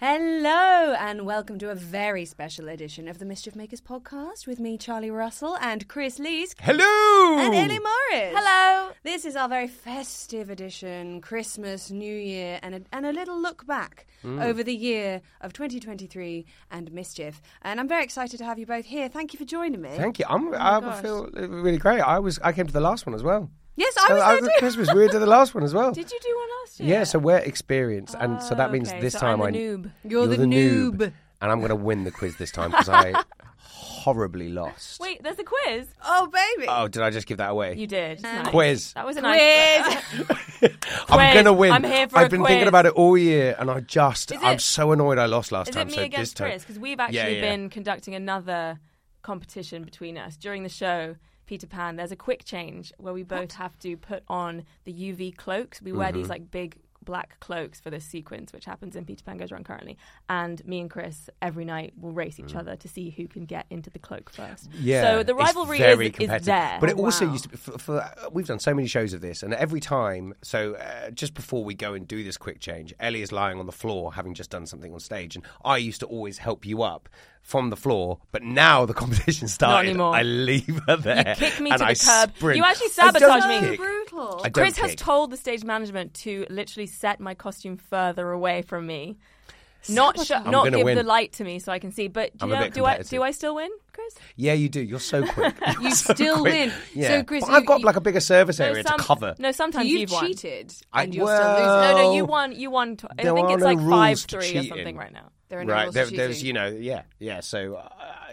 Hello, and welcome to a very special edition of the Mischief Makers podcast with me, Charlie Russell, and Chris Lees. Hello! And Ellie Morris. Hello. This is our very festive edition, Christmas, New Year, and a, and a little look back Mm. over the year of 2023 and mischief. And I'm very excited to have you both here. Thank you for joining me. Thank you. Oh I'm, my I gosh. feel really great. I was. I came to the last one as well. Yes, I So was there at too. Christmas. We did the last one as well. Did you do one last year? Yeah. So we're experienced, and so that means Ah, okay, this so time I'm the I- noob. You're the noob. and I'm going to win the quiz this time because I horribly lost. Wait, there's a quiz. Oh, baby. Oh, did I just give that away? You did. Nice. Quiz. That was a nice. Quiz. I'm Quiz. going to win. I'm here for I've a been quiz. thinking about it all year, and I just. Is I'm it- so annoyed I lost last Is time. it me so this against time, Chris? Because we've actually yeah. been conducting another competition between us during the show. Peter Pan, there's a quick change where we both have to put on the UV cloaks. We wear Mm-hmm. these like big black cloaks for this sequence, which happens in Peter Pan Goes Wrong currently. And me and Chris every night will race each other to see who can get into the cloak first. Mm. Yeah, So the it's rivalry very is, is competitive. there. Oh, But it also used to be. For, for, we've done so many shows of this, and every time, so uh, just before we go and do this quick change, Ellie is lying on the floor having just done something on stage, and I used to always help you up from the floor. But now the competition started. anymore. I leave her there. You kick me and to the I curb. sprint. You actually I don't sabotage me. kick. Brutal. I don't Chris has kick. told the stage management to literally set my costume further away from me. Not sh- I'm not gonna give win. the light to me so I can see. But do, I'm you a know, bit do I competitive. do I still win, Chris? Yeah, you do. You're so quick. You're so still quick. win. Yeah. So, Chris, but you- I've got you- like a bigger service No, area some- to cover. No, sometimes you have won. cheated, I- and you're still losing. No, no, Oh. you won. You won. Tw- I There think are it's no like five rules to three or cheating. something right now. There are no Right, rules there, for there's cheating. you know, yeah, yeah. So uh,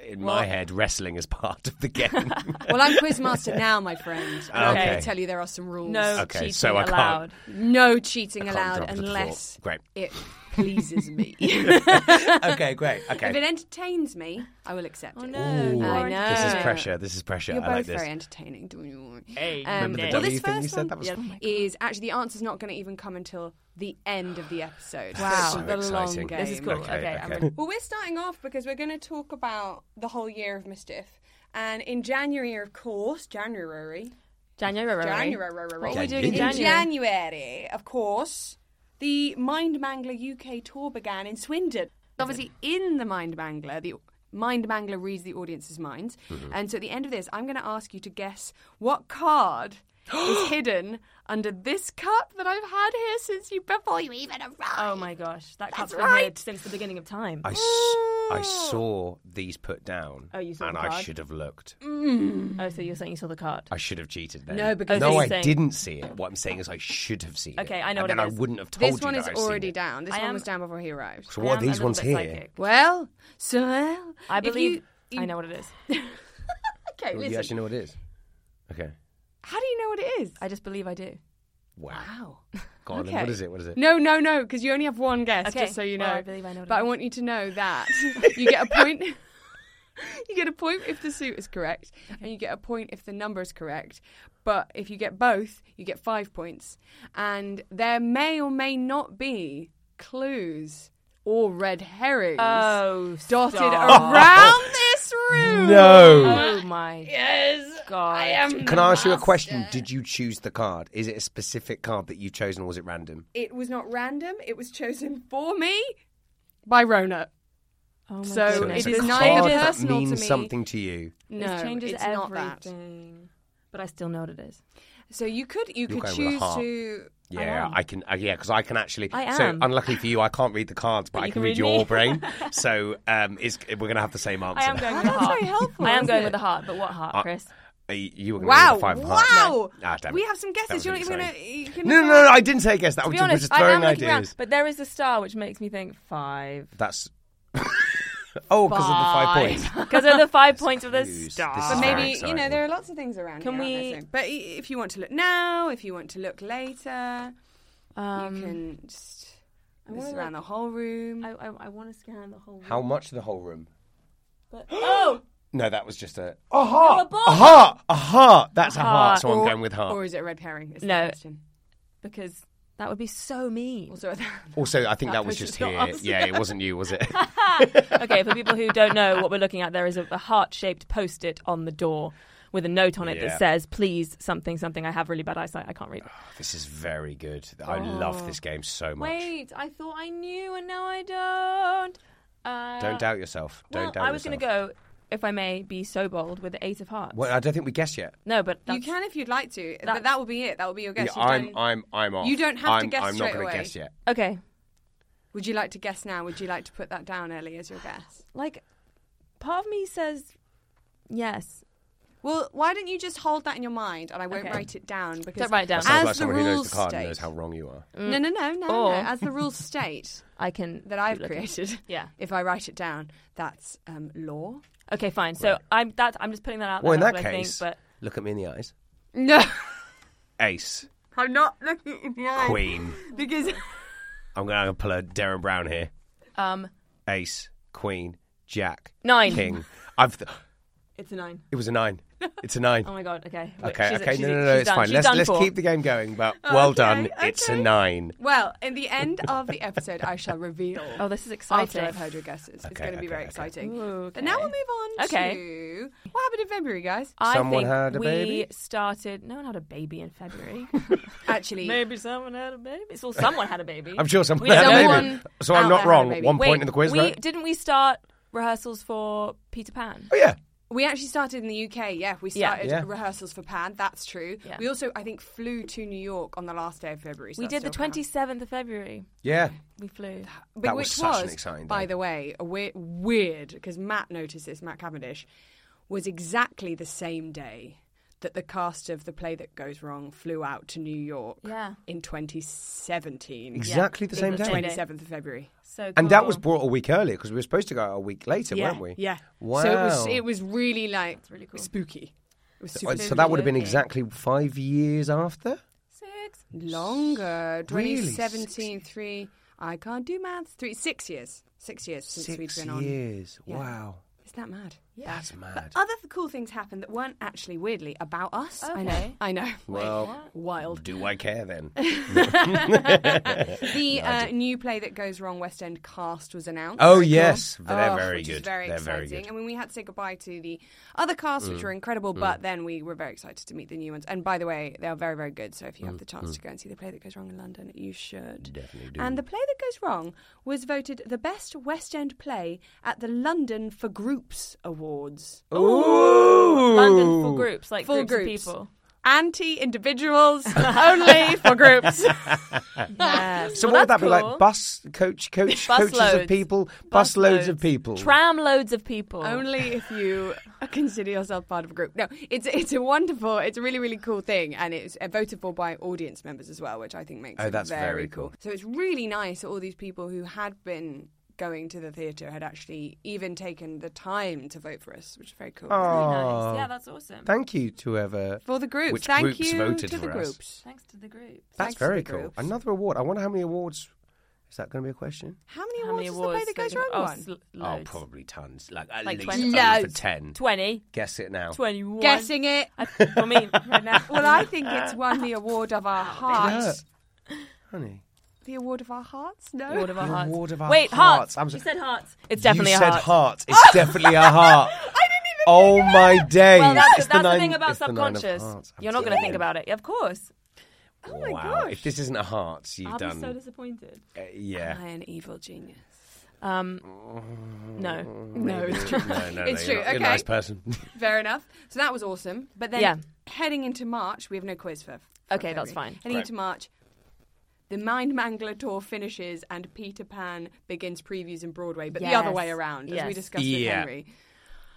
in my head, wrestling is part of the game. Well, I'm quizmaster now, my friend. And I'm going Okay. to tell you there are some rules. No Okay, cheating so I can't- allowed. No cheating can't allowed drop it to the unless floor. Great. it pleases me. if okay, great. Okay. it entertains me, I will accept it. Oh, no, Ooh, you are I know. This is entertaining. pressure. This is pressure. You're I like both this. very entertaining. don't you? Hey, Um, remember the well, W this thing you first said? one That was fun. is actually the answer's not going to even come until the end of the episode. Wow. So So the long exciting. game. This is cool. Okay, Okay, I'm okay. ready. Well, we're starting off because we're going to talk about the whole year of mischief. And in January, of course, January, January. January. What are we doing in in January? January, of course, the Mind Mangler UK tour began in Swindon. Obviously, in the Mind Mangler, the Mind Mangler reads the audience's minds. Mm-hmm. And so at the end of this, I'm going to ask you to guess what card is hidden under this cup that I've had here since you before you even arrived. Oh my gosh, that cup's been right. here since the beginning of time. I, s- I saw these put down. Oh, you saw And the I card? should have looked. oh, so you're saying you saw the card? I should have cheated then. No, because no, this- I Saying- didn't see it. What I'm saying is I should have seen it. Okay, I and know what then it I is. wouldn't have told This you one that is I've seen already it. down. This I one am- was down before he arrived. So I what am are a these little ones bit here? psychic. Well, so well, I if you- believe you- I know what it is. Okay, Well, listen. you actually know what it is. Okay. How do you know what it is? I just believe I do. Wow. Wow. Go on, then, what is it? What is it? No, no, no, because you only have one guess, Okay. just so you know. Well, I believe I know what but it I is. want you to know that you get a point. you get a point if the suit is correct, and you get a point if the number is correct. But if you get both, you get five points. And there may or may not be clues or red herrings Oh, dotted stop. around this room. No. Oh my Yes, God. I am. Can I ask you a question? Did you choose the card? Is it a specific card that you've chosen or was it random? It was not random. It was chosen for me by Rona. Oh my So So goodness. it's it a is card neither that personal to means me. something to you. No, it changes it's everything. not that. But I still know what it is. So you could you You're could going with a choose heart. to. Yeah, I, can. Uh, yeah, because I can actually. I So am. unluckily for you, I can't read the cards, but, But I you can can read, read your me. brain. So um, it's, we're going to have the same answer. I am going with the that's heart. very helpful, I am isn't going it? with the heart, but what heart, Uh, Chris? Uh, You were going Wow! to five of hearts. Wow! No. Ah, damn we it. have some That guesses. was You're not even insane. going to. No, no, no, I didn't say guess. That To was just, be we're honest, just I am throwing looking around, ideas. but there is a star which makes me think five. That's. oh, because of the five points. Because of the five points of the Clues. This star. is But very maybe you know exciting. there are lots of things around. Can here, aren't we- there, so- But i- if you want to look now, if you want to look later, you Um, can just. I This wanna is around the look- whole room. I, I, I want to scan the whole. How much the whole room? But, oh, No, that was just a. A heart! a, heart! A heart! That's a heart, heart. so I'm going with heart. Or is it a red herring? Is the No. question. because that would be so mean. Also, also, I think that, That was person's just not here. us. Yeah, it wasn't you, was it? okay, for people who don't know what we're looking at, there is a, a heart-shaped post-it on the door with a note on it Yeah. Oh, that says, "Please, something, something. I have really bad eyesight. I can't read." this is very good. I Oh. love this game so much. Wait, I thought I knew, and now I don't. Uh, Don't doubt yourself. Don't well, doubt I was going to yourself. go, if I may, be so bold with the Eight of Hearts. Well, I don't think we guessed yet. no, but you that's- can if you'd like to, That- but that will be it. That will be your guess. Yeah, You I'm, don't- I'm, I'm off. You don't have to I'm, guess I'm not straight gonna away. guess yet. Okay, Would you like to guess now? Would you like to put that down early as your guess? like part of me says yes. Well, why don't you just hold that in your mind, and I won't Okay. write it down because Don't write it down. Sounds As like the someone who knows rules the card and state, knows how wrong you are. no, no, no, no, Mm. Or- no. As the rules state I can that I've keep looking. created, Yeah. if I write it down, that's um, law. Okay, fine. So I'm that. I'm just putting that out. Well, in there, that what I think, case, look at me in the eyes. No, Ace, I'm not looking in the eye Queen. because I'm going to pull a Darren Brown here. but um, Ace, Queen, Jack, Nine. King. I've. Th- it's a nine. it was a nine. It's a nine. Oh my god. Okay. Wait, okay, she's- okay, she's- no, no, no, she's it's done. fine. She's Let's done let's for. keep the game going, but well Okay, done. It's a okay. nine. well, in the end of the episode, I shall reveal. Oh, this is After exciting. I've heard your guesses, it's Okay, going to be okay, very okay. exciting. Ooh, But now okay. we'll move on Okay. to what happened in February, guys. I Someone think had a we baby? started. No one had a baby in February. Actually, someone had a baby. It's all someone had a baby. I'm sure someone We had a don't- baby. Someone So I'm out not there had a wrong. baby. One Wait, point in the quiz, we, right? Didn't we start rehearsals for Peter Pan? Oh, yeah. We actually started in the UK, yeah. We Yeah. started Yeah. rehearsals for Pan, that's true. Yeah. We also, I think, flew to New York on the last day of February. so we that's did the still Pan. 27th of February. Yeah. We flew. But That was which such an was, exciting By day. the way, a weird, weird, because Matt noticed this, Matt Cavendish, was exactly the same day that the cast of The Play That Goes Wrong flew out to New York Yeah. in 2017. Exactly the same It was day. 27th of February. So cool. And that was brought a week earlier because we were supposed to go out a week later, yeah, weren't we? Yeah. Wow. So it was, it was really like really cool. spooky. It was super Well, So spooky. that would have been Okay. exactly five years after. six. Longer. Really? 2017, three. I can't do maths. Three, six years. Six years since we Six have been on. years. Yeah. Wow. Isn't that mad? That's mad. But other th- cool things happened that weren't actually weirdly about us. I know. Okay. I know. Well, Wild. do I care then? The uh, new play that goes wrong, West End cast, was announced. Oh, yes. But they're Oh, very which Is good. very They're very exciting. good. Mm. I mean, we had to say goodbye to the other cast, which were incredible, but then we were very excited to meet the new ones. And by the way, they are very, very good. So if you Mm, have the chance to go and see the play that goes wrong in London, you should. Definitely do. And the play that goes wrong was voted the best West End play at the London for Groups Awards. Ooh. London full groups, like Full groups, groups. of people. Anti individuals only for groups. So what Well, would that that's be like? cool. Bus, coach, coach, coaches of loads. people, bus, Bus loads of loads. people. Tram loads of people. Only if you consider yourself part of a group. No, it's it's a wonderful, it's a really really cool thing, and it's uh, voted for by audience members as well, which I think makes Oh, it that's very very cool. cool. So it's really nice that all these people who had been going to the theatre had actually even taken the time to vote for us, which is very cool. Very Aw. nice. Yeah, that's awesome. Thank you to whoever. For the groups, Which thank groups you voted to the for us? groups. Thanks to the group. That's Thanks to the very cool. groups. Another award. I wonder how many awards. Is that going to be a question? How many How awards many has awards? the play that goes they've- round oh, won? sl- loads. Oh, probably tons. Like at Like least 20. over Loads. ten. 20, Guess it now. 21. Guessing it. I, for me, right now. well, I think it's won the award of Oh, our hearts. Yeah. Honey. The award of our hearts? No. Award of our The hearts. award of our Wait, hearts. hearts. I'm so- You said hearts. It's definitely you a said heart. It's definitely a heart. I didn't even. Oh my days! Well, that's, It's that's the nine- thing about it's the nine of subconscious. hearts. I'm You're not going to sorry. think about it. Of course. Oh my wow. gosh. If this isn't a heart, you've I'll done. be so disappointed. uh, yeah. I an evil genius. Um, no. No, it's true. Oh No, no, It's no, true, You're, not- you're a nice okay. person. Fair enough. So that was awesome. But then Yeah. heading into March, we have no quiz for. for Okay, that's February. fine. Heading into March, the Mind Mangler tour finishes and Peter Pan begins previews in Broadway, but the other Yes. way around, as we Yes. discussed with Yeah. Henry.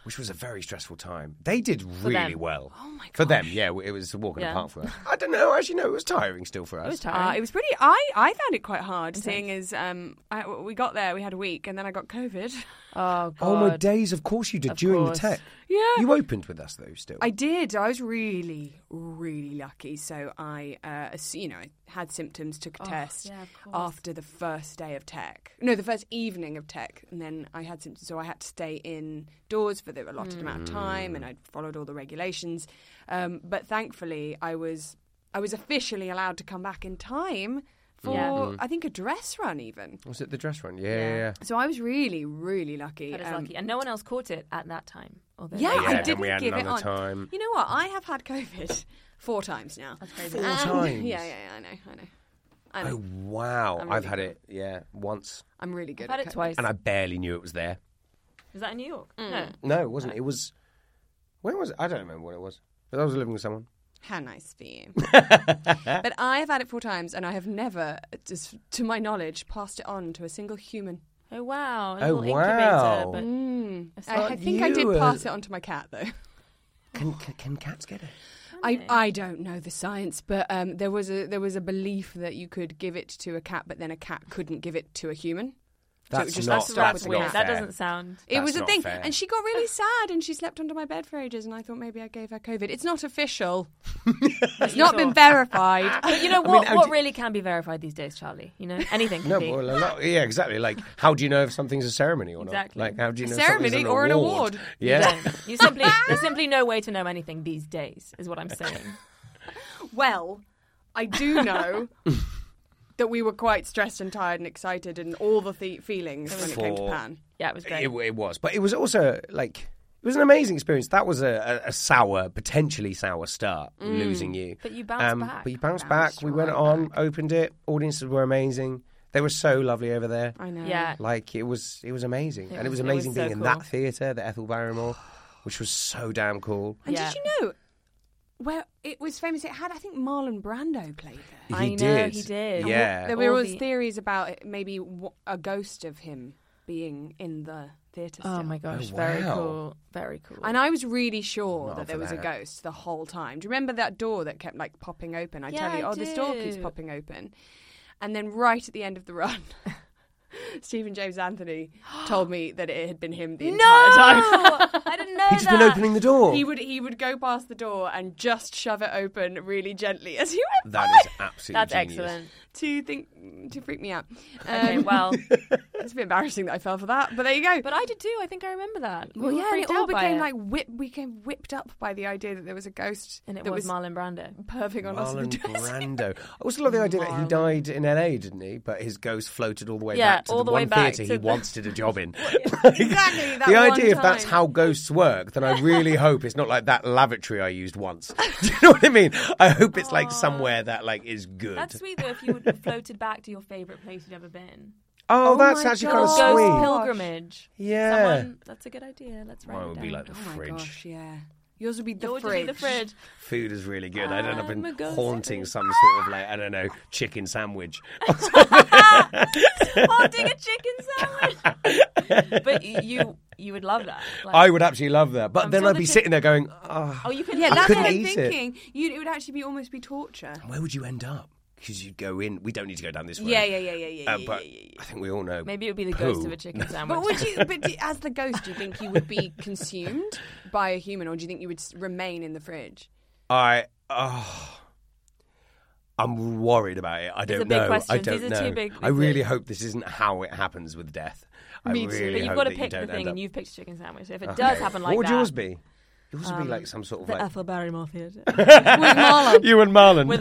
Which was a very stressful time. They did really them. well. Oh my For them, yeah, it was a walk in Yeah. the park for us. I don't know. Actually, no, it was tiring still for us. It was Uh, tiring. it was pretty. I, I found it quite hard, seeing as um, I, we got there, we had a week, and then I got COVID. oh, God. Oh my days! Of course you did Of during course. the tech. Yeah. You opened with us though. Still. I did. I was really, really lucky. So I, uh, as- you know, I had symptoms, took a Oh, test yeah, of course. after the first day of tech. No, the first evening of tech, and then I had symptoms, so I had to stay indoors for the allotted amount of Hmm. time, and I followed all the regulations. Um, but thankfully, I was, I was officially allowed to come back in time for, Yeah. Hmm. I think, a dress run even. Was it the dress run? Yeah, yeah. yeah. So I was really, really lucky. That is Um, lucky. And no one else caught it at that time. although- Yeah, Yeah, I then didn't we had give it another on. time. You know what? I have had COVID four times now. That's crazy. Four times? Yeah, yeah, yeah, I know, I know. I know. Oh wow! I'm I've really had good. it. Yeah, once, I'm really good. I've had at it COVID. twice. and I barely knew it was there. Was that in New York? No. No, it wasn't. It was. When was it? I don't remember what it was. But I was living with someone. How nice for you. but I have had it four times, and I have never, just to my knowledge, passed it on to a single human. Oh, wow. A Oh, little wow. incubator. Mm. It's I, I not think I did you, pass is- it on to my cat, though. Can, can, can cats get it? I, I don't know the science, but um, there was a there was a belief that you could give it to a cat, but then a cat couldn't give it to a human. So it That's just not. has to But wrap that's with a weird. cat. That fair. doesn't sound. It That's was a not thing, fair. and she got really sad, and she slept under my bed for ages, and I thought maybe I gave her COVID. It's not official; it's not been verified. But you know mean, what? how what do- really can be verified these days, Charlie? You know, anything can No, be. well, a lot, yeah, exactly. Like, how do you know if something's a ceremony or not? Exactly. Like, how do you A know if something's ceremony or an award. You Yeah. don't. You simply there's simply no way to know anything these days, is what I'm saying. well, I do know that we were quite stressed and tired and excited, and all the th- feelings when it came to For- Pan. Yeah, it was great. It, it was, but it was also like it was an amazing experience. That was a, a, a sour, potentially sour start, losing you. Mm. Um, But you bounced back. But you bounced, Bounced back. We went right on, opened it. Audiences were amazing. They were so lovely over there. I know. Yeah, Like it was, it was amazing, and it was- was it was amazing so being in cool. that theatre, the Ethel Barrymore, which was so damn cool. And Yeah. did you know? Well, it was famous. It had, I think, Marlon Brando played there. I he know, did. he did. Yeah. There were All all the- theories about it, maybe w- a ghost of him being in the theatre. Oh still. my gosh, Oh, very wow. cool, very cool. And I was really sure Not that there for was a that. ghost the whole time. Do you remember that door that kept like popping open? I Yeah, tell you, I oh, this door keeps do. popping open. And then right at the end of the run, Stephen James Anthony told me that it had been him the entire time. I didn't know He'd just been opening the door. He would he would go past the door and just shove it open really gently as he went that by is absolutely That's genius. excellent. to think to freak me out. Okay, Um, well, it's a bit embarrassing that I fell for that, but there you go. but I did too. I think I remember that. We well, were yeah, and freaked it all out by became it. like whip. We became whipped up by the idea that there was a ghost and it that was, Marlon Brando. perving on us in the Marlon dressing Brando. I also love the idea that he Marlon. died in LA, didn't he? But his ghost floated all the way Yeah, back to all the, the way one back theatre to he the- once did a job in. Exactly. That the one idea, if that's time. how ghosts work, then I really hope it's not like that lavatory I used once. Do you know what I mean? I hope it's like somewhere that like is good. That's sweet though. If you would have floated back to your favorite place you'd ever been, Oh, Oh that's my actually God. kind of ghost sweet. Gosh. pilgrimage. Yeah. Someone, that's a good idea. Let's write Mine it would down. be like the Oh my fridge. gosh, yeah. Yours would be the Yours would fridge. be the fridge. Food is really good. I don't know. I've I'm a been ghost haunting fridge. some sort of like I don't know chicken sandwich. Holding a chicken sandwich. but y- you you would love that. Like, I would actually love that, but I'm then sure I'd the be chick- sitting there going, oh, Oh, you could. Yeah, I that's couldn't what I'm eat it. thinking. You, it would actually be almost be torture. "Where would you end up?" because you'd go in. We don't need to go down this road. Yeah, yeah, yeah, yeah, yeah, Uh, yeah, but yeah, yeah, I think we all know. Maybe it would be the poo. ghost of a chicken sandwich. But would you? But do, as the ghost, do you think you would be consumed by a human, or do you think you would s- remain in the fridge? I. Oh, I'm worried about it. I don't a big know. I question. don't These are know. two big- I really hope this isn't how it happens with death. I Me too. really but you've hope got to that pick you the don't thing, end and up- you've picked chicken sandwich. So if it Okay. does happen like what would that, Um, yours be? Yours would be like some sort of the like Ethel Barrymore theatre With Marlon. you and Marlon. with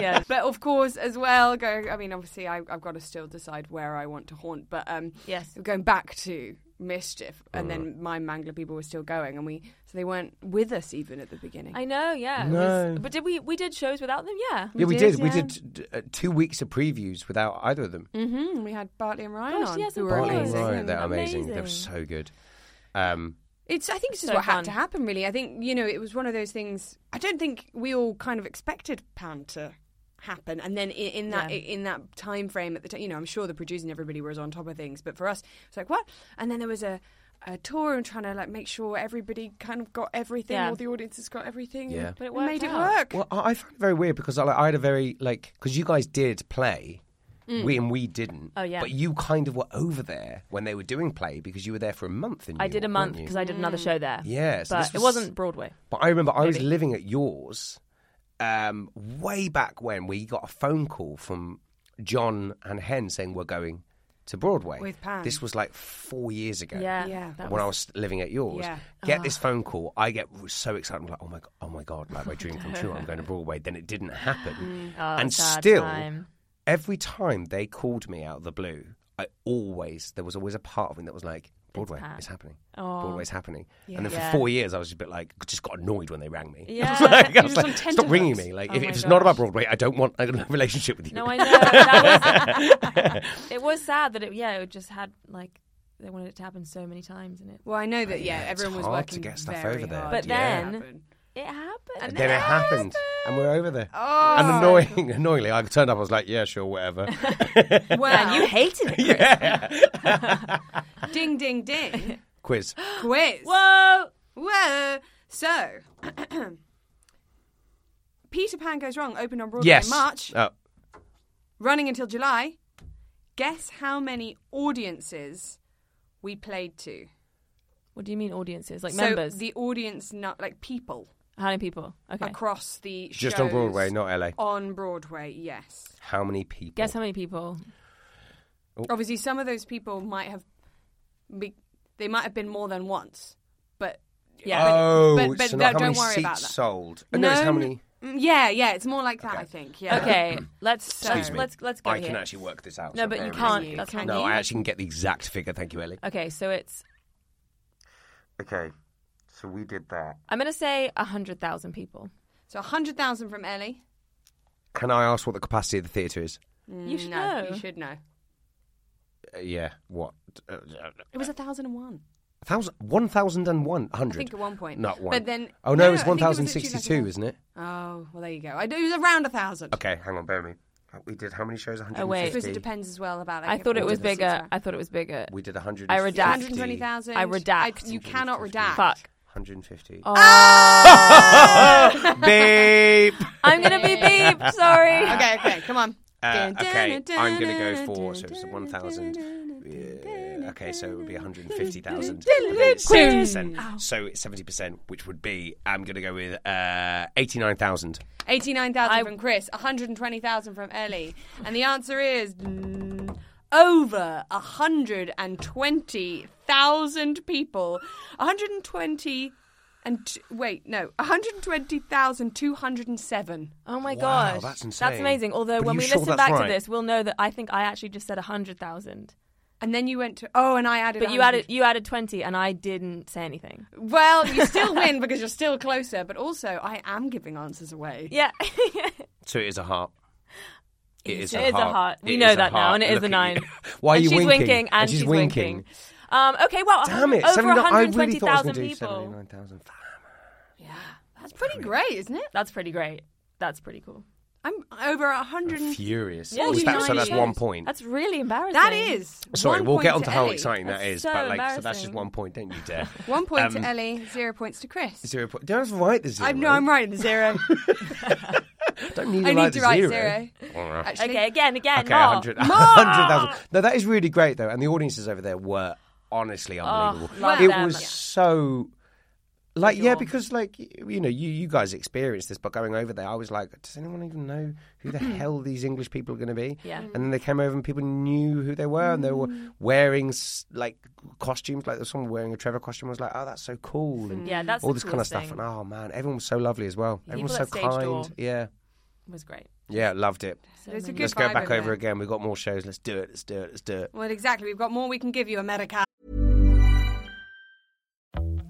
Yeah, But of course, as well, go. I mean, obviously, I, I've got to still decide where I want to haunt. But um, Yes. going back to mischief, and Uh-huh. then my mangler people were still going, and we so they weren't with us even at the beginning. I know. Yeah, it was- No. but did we we did shows without them? Yeah. yeah, we did, did. We yeah. did t- uh, two weeks of previews without either of them. hmm we had Bartley and Ryan Gosh, on, yes, who of were course. Bartley and amazing. Ryan, they're amazing. They're Amazing. so good. Um, It's. I think this is So what fun. had to happen. Really, I think you know it was one of those things. I don't think we all kind of expected Pan to happen, and then in, in that Yeah. in that time frame at the time, you know, I'm sure the producers and everybody was on top of things, but for us, it's like what? And then there was a. A tour and trying to like make sure everybody kind of got everything, Yeah. all the audiences got everything. Yeah. and But it we made worked out. it work. Well, I I found it very weird because I, like, I had a very like because you guys did play, we and we didn't. Mm. Oh, yeah. But you kind of were over there when they were doing play because you were there for a month. In I New did a York, month weren't because you? Mm. I did another show there. Yeah, so but this it was- wasn't Broadway. But I remember I was Maybe. living at yours, um, way back when we got a phone call from John and Hen saying we're going to Broadway With Pam. This was like four years ago. Yeah, Yeah. that when I was- Ah. was living at yours, Yeah. get this phone call. I get r- so excited. I'm like, oh my, g- oh my god, like my dream come true. I'm going to Broadway. Then it didn't happen, Oh, and sad still, time. every time they called me out of the blue, I always there was always a part of me that was like, Broadway, Pat. it's, happening. Broadway's happening. And then for Oh. Yeah. four years, I was a bit like, just got annoyed when they rang me. Yeah. I was like, I You're was just like, on stop ringing tenterhooks. me. Like, Oh if my if it's not gosh. about Broadway, I don't want a relationship with you. No, I know. that was, it was sad that it. Yeah, it just had like they wanted it to happen so many times, and it Well, I know that yeah, it's everyone was hard to working get stuff very over there. hard But to make it then- happen. it happened. And then it happened, and we're over there. Oh. And annoying, annoyingly, I turned up. I was like, "Yeah, sure, whatever." well, you hated it. ding ding ding Quiz. quiz. Whoa. Well, so Peter Pan Goes Wrong opened on Broadway yes. in March, Oh, running until July. Guess how many audiences we played to? What do you mean audiences? Like so members? the audience, not like people How many people? Okay. across the just shows on Broadway, not LA. on Broadway, yes. How many people? Guess how many people? Oh. Obviously, some of those people might have be, they might have been more than once, but Yeah, but- oh, but, but so no, not how don't many worry seats about that. sold. Oh, no, it's how many. mm, Yeah, yeah, it's more like that, I think. Yeah. Okay, let's Excuse let's, me. let's let's go I here. can actually work this out. No, so but bear you with can't. me. That's Can not No, you. I actually can get the exact figure. Thank you, Ellie. Okay, so it's Okay, so we did that. I'm gonna say hundred thousand people. So 100,000 from Ellie. Can I ask what the capacity of the theatre is? You should no, know. You should know. Uh, yeah, what? Uh, It was 1,001. thousand, one thousand and one hundred. I think at one point. Not one. But then. oh no, I it's think one it was thousand literally like sixty-two, a- isn't it? Oh, well, there you go. I, it was around 1,000. Okay, hang on, bear with me. We did how many shows? One hundred. Oh, wait. I suppose it depends as well about. Like, I thought it if- was if it's bigger. around- I thought it was bigger. We did hundred. I redact. 120,000. I redact. you cannot redact. Fuck. Hundred fifty. Oh. Beep. I'm gonna be beeped. Sorry. Okay, okay, come on. Uh, Dun, dun, okay, dun, I'm going to dun, go for so dun, it's dun, one thousand. Yeah, okay, so it would be one hundred fifty thousand. Seventy Quiz. percent. So it's seventy percent, which would be I'm going to go with uh, eighty-nine thousand. 89,000 I- from Chris, 120,000 from Ellie. And the answer is mm, over 120,000 people. 120 and t- wait, no, 120,207. Oh my Wow, gosh, that's insane. amazing. Although But when you we sure listen that's back to right? this, we'll know that I think I actually just said hundred thousand, And then you went to Oh, and I added but you 100. added you added twenty, and I didn't say anything. Well, you still win because you're still closer, but also I am giving answers away. Yeah, So it is a heart. It is, It is a heart. We It know is a that now, heart. and it is a Look at nine. you. Why are and you she's winking? and, she's, winking. Um, okay, well, Damn it! over 79 I really thought I was 120,000 going to do people. seventy-nine thousand. Yeah. That's pretty great, isn't it? That's pretty great. That's pretty cool. I'm over 100 and- Furious. Yeah, Was you that- know so it that's shows. one point. That's really embarrassing. That is. Sorry, one we'll point get on to how Ellie. exciting that That's is, so but like, so that's just embarrassing. one point. Don't you dare. One point Um, to Ellie, zero points to Chris. Zero point. Don't have to write the zero. I'm, no, I'm writing zero. Don't need I need to write to the write zero. zero. Alright. Actually, Okay, again, again, Okay, Mark. 100 100,000. No, that is really great, though. And the audiences over there were honestly unbelievable. love it them. was Yeah. so. Like yeah, because like y- you know, you, you guys experienced this, but going over there, I was like, does anyone even know who the hell these English people are going to be? Yeah. And then they came over, and people knew who they were, and they were wearing s- like costumes. Like there was someone wearing a Trevor costume. I was like, oh, that's so cool, and Yeah, that's all the this kind of stuff. coolest thing. And oh man, everyone was so lovely as well. Everyone was so People at kind. stage door. Yeah, was great. yeah, loved it. There's a good Let's go vibe back over over there. again. We've got more shows. Let's do it. Let's do it. Let's do it. Well, exactly. We've got more we can give you, America.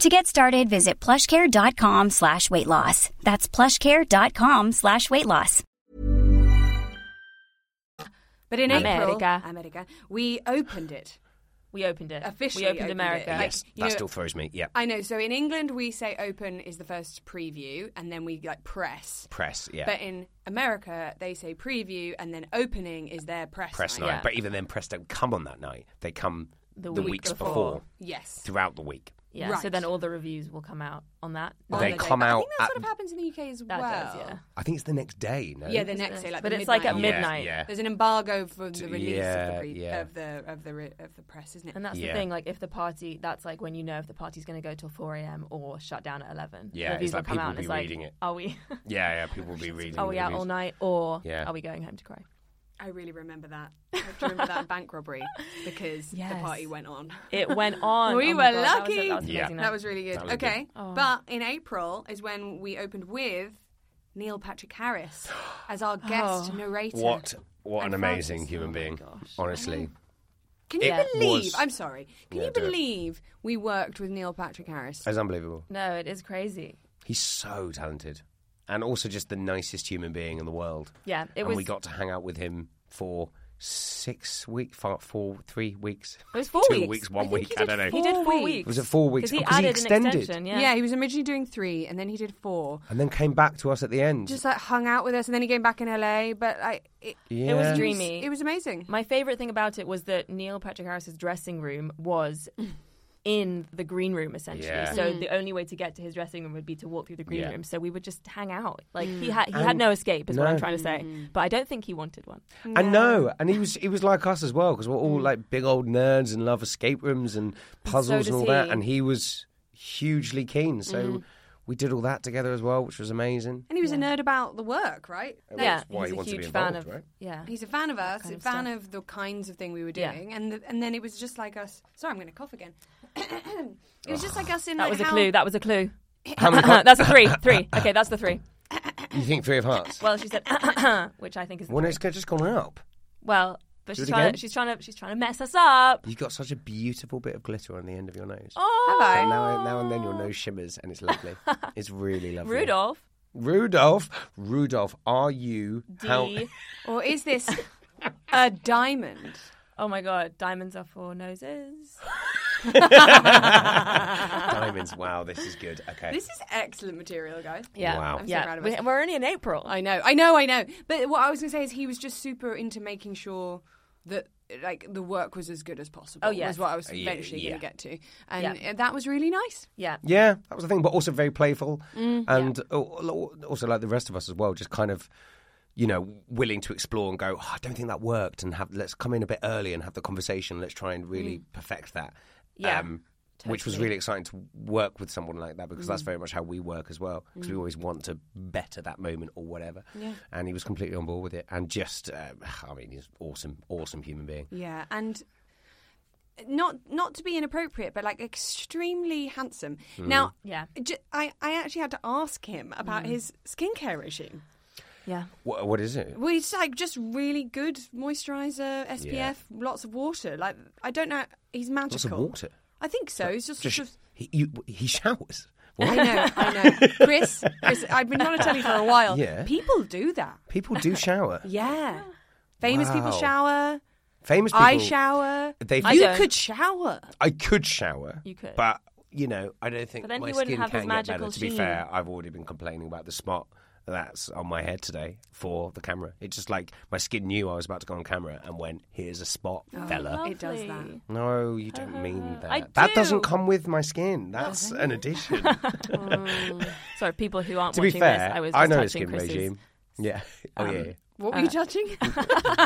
To get started, visit plushcare.com slash weight loss. That's plushcare.com slash weight loss. But in America. April, America, we opened it. We opened it. Officially we opened, opened it. America. Like, Yes, you that know- still throws me. Yeah, I know. So in England, we say open is the first preview, and then we like press. press. Yeah, But in America, they say preview, and then opening is their press. press night. night. yeah. But even then, press don't come on that night. They come the, The week weeks before. before. Yes. throughout the week. yeah. So Right. then all the reviews will come out on that. On They the day. come But I out think that at- sort of happens in the UK as That well. does, yeah. I think it's the next day. No. Yeah, the next day, like but the it's like at midnight. midnight. Yeah, There's an embargo for the D- release yeah, of, the pre- yeah. of the of the re- of the press, isn't it? And that's Yeah. the thing, like if the party, that's like when you know if the party's going to go till 4 a.m. or shut down at 11. Yeah, it's Reviews will like come people out will and be it's like, reading it. Are we, yeah, yeah. People will be reading. are we out reviews. all night or Yeah. are we going home to cry? I really remember that. I do remember that bank robbery because the Yes. party went on. It went on. we Oh my were God, that was a- lucky. That was, Yeah. amazing That night. was really good. That was good. okay, Oh. but in April is when we opened with Neil Patrick Harris as our guest Oh. narrator. What? What And an amazing Francis. human being. Honestly, Can you It believe? was- I'm sorry. Can Yeah, Uh, you do it. believe we worked with Neil Patrick Harris? it's unbelievable. No, it is crazy. He's so talented, and also just the nicest human being in the world. Yeah, it and was. we got to hang out with him for six weeks, four, four, three weeks. it was four two weeks. weeks, one I think week, He I did don't know. He did Four four weeks. weeks. Was it four weeks? Because he Oh, 'cause he added an extended. extension. Yeah. he was originally doing three, and then he did four. And then came back to us at the end. Just like hung out with us, and then he came back in LA. But I, it, yeah. It was it was- dreamy. it was amazing. My favorite thing about it was that Neil Patrick Harris's dressing room was in the green room essentially. Yeah. So the only way to get to his dressing room would be to walk through the green Yeah. room. So we would just hang out. Like he had he had no escape is what no. I'm trying to say. But I don't think he wanted one. I know, and he was he was like us as well because we're Mm. all like big old nerds and love escape rooms and puzzles does and all that. he. Mm-hmm. And he was hugely keen, so we did all that together as well, which was amazing. And he was a nerd about the work, right? yeah, why he's he a wants to be huge fan involved, of right? yeah. He's a fan of us, kind a of fan stuff. of the kinds of thing we were Yeah. doing, and the, and then it was just like us. Sorry, I'm going to cough again. it was just like us in That like was a how- clue. That was a clue. How many? cards- that's a three. Three. Okay, that's the three. you think three of hearts? Well, she said, which I think is. the Well, no, three. it's go- just gone up. Well, but Do it she's trying, again? to, she's trying to she's trying to mess us up. You got such a beautiful bit of glitter on the end of your nose. Oh, And now, now and then your nose shimmers, and it's lovely. it's really lovely. Rudolph. Rudolph, Rudolph, are you how? D. Or is this a diamond? Oh my god, diamonds are for noses. Diamonds. Wow, this is good. Okay. This is excellent material, guys. Yeah. Wow. I'm so proud of We- us. We're only in April. I know, I know, I know. But what I was going to say is he was just super into making sure that like the work was as good as possible. Oh, yes. was what I was yeah, eventually yeah. going to get to, and Yeah. that was really nice. yeah. Yeah, that was the thing, but also very playful, and al- al- also like the rest of us as well, just kind of, you know, willing to explore and go. Oh, I don't think that worked, and have let's come in a bit early and have the conversation. Let's try and really perfect that. Um, Yeah, Which was really exciting to work with someone like that because that's very much how we work as well. Because we always want to better that moment or whatever. Yeah. And he was completely uh, on board with it. And just, um, I mean, he's awesome, awesome human being. Yeah, and not not to be inappropriate, but like extremely handsome. Hmm. Now, Yeah. Hmm. j- I I actually had to ask him about his skincare regime. Yeah. What, what is it? Well, it's like just really good moisturizer, SPF, lots of water. Like I don't know, he's magical. Lots of water. I think so. It's just, Just, sort of- he, you, he showers. I know, I know. Chris, Chris, I've been trying to tell you for a while. Yeah. People do that. People do shower. Yeah. Famous people Wow. shower. Famous people. I shower. They- I you don't. could shower. I could shower. You could. But, you know, I don't think But then my you wouldn't skin have can his get better. magical To be sheen. fair, I've already been complaining about the spot that's on my head today for the camera. It's just like my skin knew I was about to go on camera and went, here's a spot, fella. It does that. Lovely. No, you don't mean that. Oh. I That do. Oh, doesn't come with my skin. That's an addition. Sorry, people who aren't to be watching fair, this, I was just I know the touching skin Chris's. um, regime. Yeah. Oh, yeah. What were you touching?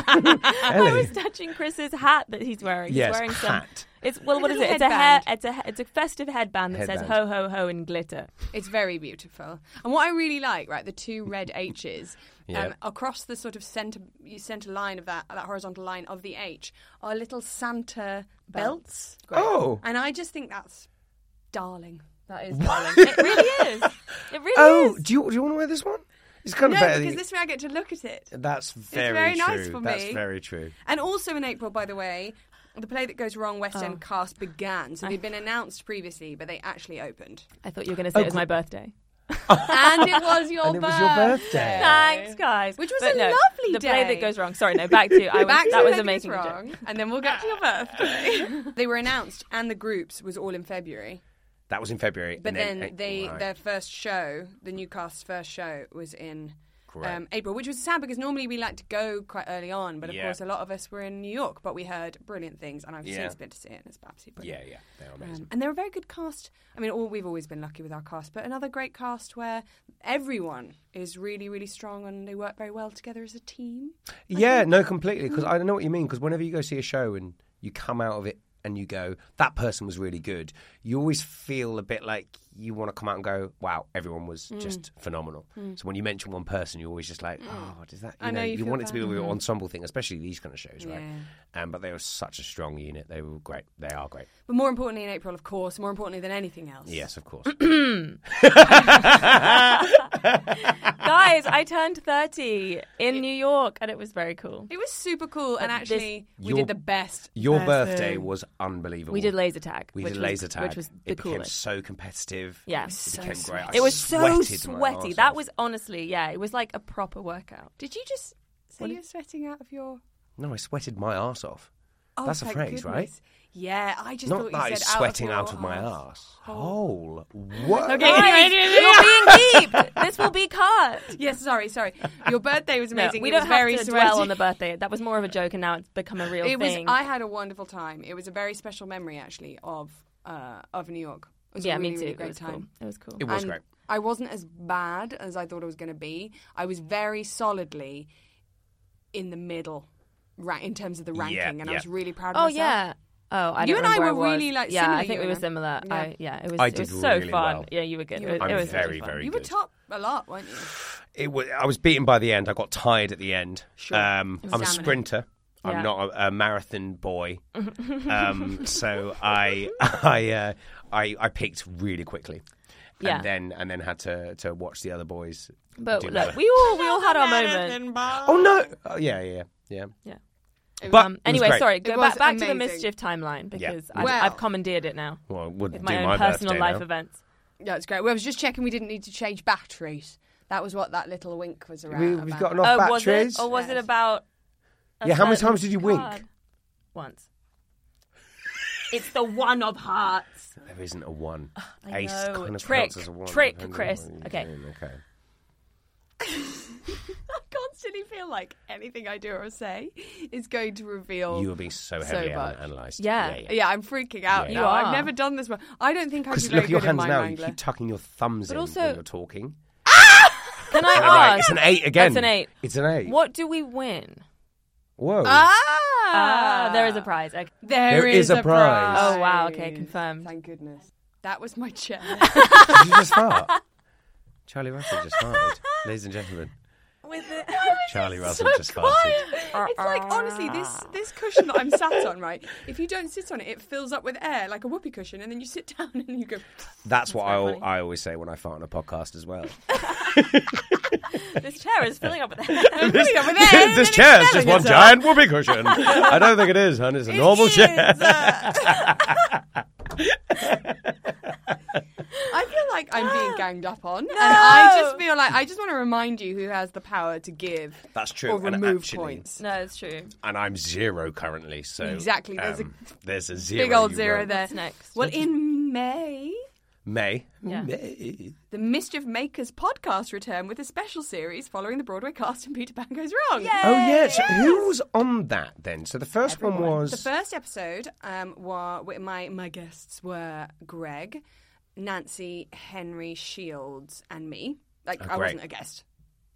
I was touching Chris's hat that he's wearing. Yes, he's wearing hat. Some, it's well, what is little it? It's a hair. headband. It's a it's a festive headband that says ho Headband. ho ho in glitter. It's very beautiful. And what I really like, right, the two red H's Yeah. um, across the sort of center center line of that that horizontal line of the H are little Santa belts. Oh. And I just think that's darling. That is darling. it really is. It really Oh, is. do you, do you want to wear this one? It's kind of No, better. because than- this way I get to look at it. That's very, very true. nice for That's me. very true. And also in April, by the way, the play that goes wrong, West End cast began. So they'd been announced previously, but they actually opened. I thought you were going to say it was my birthday. and it was your And it was birthday. your birthday. Thanks, guys. Which was But a no, lovely the day. play that goes wrong. Sorry, no. Back to I was, Back to that the was Lady amazing. Is joke. Wrong, and then we'll get to your birthday. they were announced, and the groups was all in February. That was in February. But and then, eh, they right. their first show, the new cast's first show, was in Correct. um, April, which was sad because normally we like to go quite early on, but of Yeah. course a lot of us were in New York. But we heard brilliant things, and I've Yeah. since been to see it, and it's absolutely Yeah, brilliant. yeah, they're Um, amazing. and they're a very good cast. I mean, all, we've always been lucky with our cast, but another great cast where everyone is really, really strong and they work very well together as a team. yeah, no, completely. Because I know what you mean. Because whenever you go see a show and you come out of it and you go, that person was really good, you always feel a bit like you want to come out and go, wow, everyone was Mm. just phenomenal. So when you mention one person, you're always just like, oh, does that? You I know you you, feel Mm-hmm. want it to be bad. your ensemble thing, especially these kind of shows, right? Um, but they were such a strong unit. They were great. They are great. But more importantly, in April, of course, more importantly than anything else. Yes, of course. Guys, I turned 30 in New York and it was very cool. It was super cool, and But this- actually, we Your- did the best. Your Person. birthday was unbelievable. We did laser tag. We which did was- laser tag. Which was the it became coolest. so competitive. it Yeah. It was so became great. I It was so sweated my sweaty. arse That off. was honestly, yeah, it was like a proper workout. Did you just say you're sweating out of your? no, I sweated my arse off. Oh, That's a thank phrase, right? goodness. Yeah, I just Not thought that you it's said sweating out out of, of your Oh. my arse. arse. Oh. Hole. What? Okay, anyway, You're being deep. This will be cut. Yes, sorry, sorry. Your birthday was No, amazing. we It don't was have very to sweaty. dwell on the birthday. That was more of a joke, and now it's become a real It was. thing. I had a wonderful time. It was a very special memory, actually, of uh, of New York. It was yeah, a really, me too. Really it great was time. Cool. It was cool. It was And great. I wasn't as bad as I thought I was going to be. I was very solidly in the middle ra- in terms of the ranking, and I yeah. was really proud of Oh myself. yeah. Oh, I You don't and I remember were where I was. really, like, yeah. similar, I think you we were and I. similar. Yeah. I, yeah, it was. I it was did so really fun. well. Yeah, you were good. You it was, were- it I'm was really very, fun. very You were good. top a lot, weren't you? It was. I was beaten by the end. I got tired at the end. Sure. Um, I'm a Stamina. sprinter. Yeah. I'm not a, a marathon boy. um, so I, I, uh, I, I peaked really quickly. And Yeah. then and then had to, to watch the other boys. But do look, better. we all we all had our moment. Oh no! Oh, yeah, yeah, yeah. Yeah. But Um, it was anyway, great. sorry. Go was back, back to the amazing. mischief timeline because I've, Well- I've commandeered it now Well, I wouldn't with do my own my personal birthday life now. events. That's great. Well, I was just checking we didn't need to change batteries. That was what that little wink was around. We, we've about. got enough Oh, was batteries. it? Or was Oh, it Yes. about? a Yeah, how many certain times did you wink? card? Once. it's the one of hearts. There isn't a one. I Ace know. kind of Trick. counts as a one. Trick, depending on Chris. what you're Okay. doing. Okay. I constantly feel like anything I do or say is going to reveal. You were being so heavily much. analysed. Yeah. Yeah, I'm freaking out. You now. I've are. never done this one. I don't think I'd be Because very look at your good at hands my now. wrangler. You keep tucking your thumbs But in also- when you're talking. Can I right, ask? it's an eight again. It's an eight. It's an eight. What do we win? Whoa. Ah, Ah, there is a prize. Okay. There is, a prize. Oh, wow, okay, confirmed. Thank goodness. That was my chair. Did you just fart? Charlie Russell just farted. Ladies and gentlemen. With Charlie Russell so just quiet. farted. It's like honestly, this this cushion that I'm sat on, right? If you don't sit on it, it fills up with air like a whoopee cushion, and then you sit down and you go. That's what I, al- I always say when I fart on a podcast as well. this chair is filling up with This, over there, and then this chair expelling is just one yourself. giant whoopee cushion. I don't think it is, hun. It's a normal is, chair. uh, I feel like I'm being ganged up on, and I just feel like I just want to remind you who has the power to give. That's true, Or and remove actually, points. No, it's true. And I'm zero currently, so um, Exactly, there's a there's a zero. Big old you zero roll. there. What's next? Well, in May. May. Yeah. May. The Mischief Makers podcast return with a special series following the Broadway cast and Peter Pan Goes Wrong. Oh yeah. So who was on that then? So the first one was The first episode, um, were, wi- my my guests were Greg, Nancy, Henry Shields, and me. Like I great. wasn't a guest.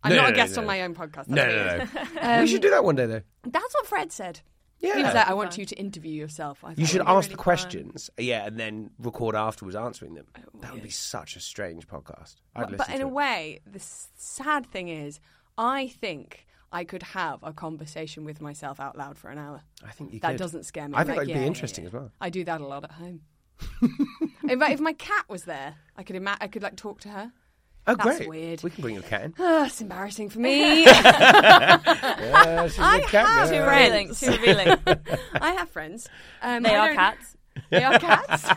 I'm Oh, No, not no, a guest no. on my own podcast. no, that's no, what it no. is. Um, we should do that one day though. That's what Fred said. Yeah. um, He was like, "Oh, "I want you to interview yourself." I You thought, should "Really?" ask the questions, yeah, and then record afterwards answering them. that would be such a strange podcast. I'd listen But to in a it. way, the s- sad thing is, I think I could have a conversation with myself out loud for an hour. I think you that could. doesn't scare me. I think Like, that'd yeah, be yeah, interesting yeah. as well. I do that a lot at home. if, I- if my cat was there, I could ima- I could like talk to her. Oh, That's great! weird. We can bring your cat in. Ah, it's embarrassing for me. I Yeah, she's a I good cat have girl. to Too revealing. Too revealing. have friends. Um, They I are don't- cats. They are cats.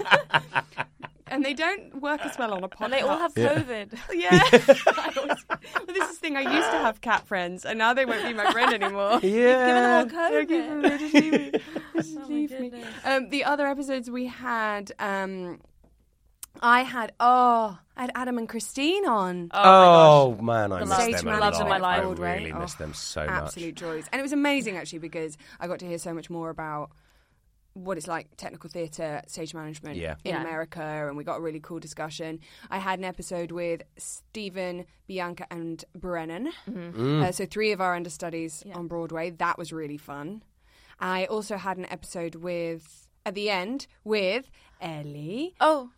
and they don't work as well on a podcast. And they all have COVID. Yeah. I always- well, this is the thing. I used to have cat friends, and now they won't be my friend anymore. Yeah. They're giving them- just leave me. Oh, Just leave me. Um, the other episodes we had, um, I had oh, I had Adam and Christine on. Oh, man, I miss last them a man loves lot. of my life. I Broadway. really miss Oh, them so absolute much. joys, and it was amazing actually because I got to hear so much more about what it's like technical theatre, stage management Yeah. in Yeah. America, and we got a really cool discussion. I had an episode with Stephen, Bianca, and Brennan, Mm-hmm. Mm. uh, so three of our understudies on Broadway. That was really fun. I also had an episode with at the end with Ellie. Oh,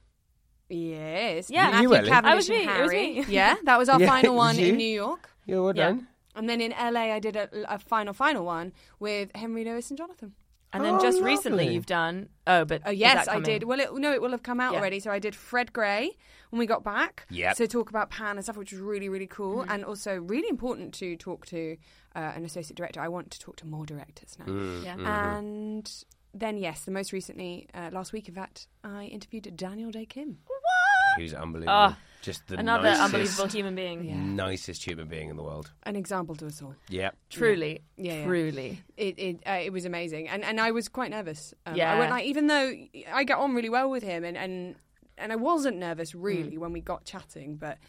Yes, Yeah. Matthew You, Ellie? Cavendish I was and me, it was Harry. me. Yeah, that was our Yeah, final it one was you. in New York. You're well Yeah. done. And then in LA, I did a, a final, final one with Henry Lewis and Jonathan. and then Oh, just lovely. recently you've done. Oh, but Oh is yes, that I coming? did. Well, it, no, it will have come out Yeah. already. So I did Fred Gray when we got back. Yep. So talk about Pan and stuff, which was really, really cool, and also really important to talk to uh, an associate director. I want to talk to more directors now. Yeah. And then yes, the most recently, uh, last week in fact, I interviewed Daniel Day Kim. Who's unbelievable. Oh, Just the Another nicest, unbelievable human being. nicest human being in the world. An example to us all. Yep. Truly. Yeah, yeah. Truly. It it, uh, it was amazing, and and I was quite nervous. Um, I Yeah. went like, even though I get on really well with him, and and and I wasn't nervous really Mm. when we got chatting, but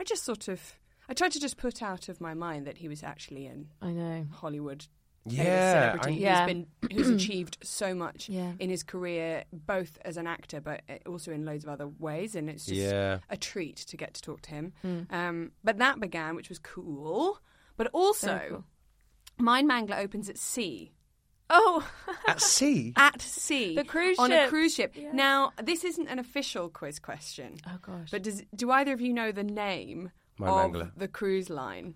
I just sort of I tried to just put out of my mind that he was actually in I know. Hollywood. A Yeah. celebrity I- who's Yeah. been who's achieved so much Yeah. in his career, both as an actor, but also in loads of other ways, and it's just Yeah. a treat to get to talk to him. Hmm. Um, but that began, which was cool, but also. cool. Mind Mangler opens at sea Oh, At sea. at sea The cruise on a ship. cruise ship. Now, this isn't an official quiz question, oh gosh. but does, do either of you know the name My of mangler. the cruise line?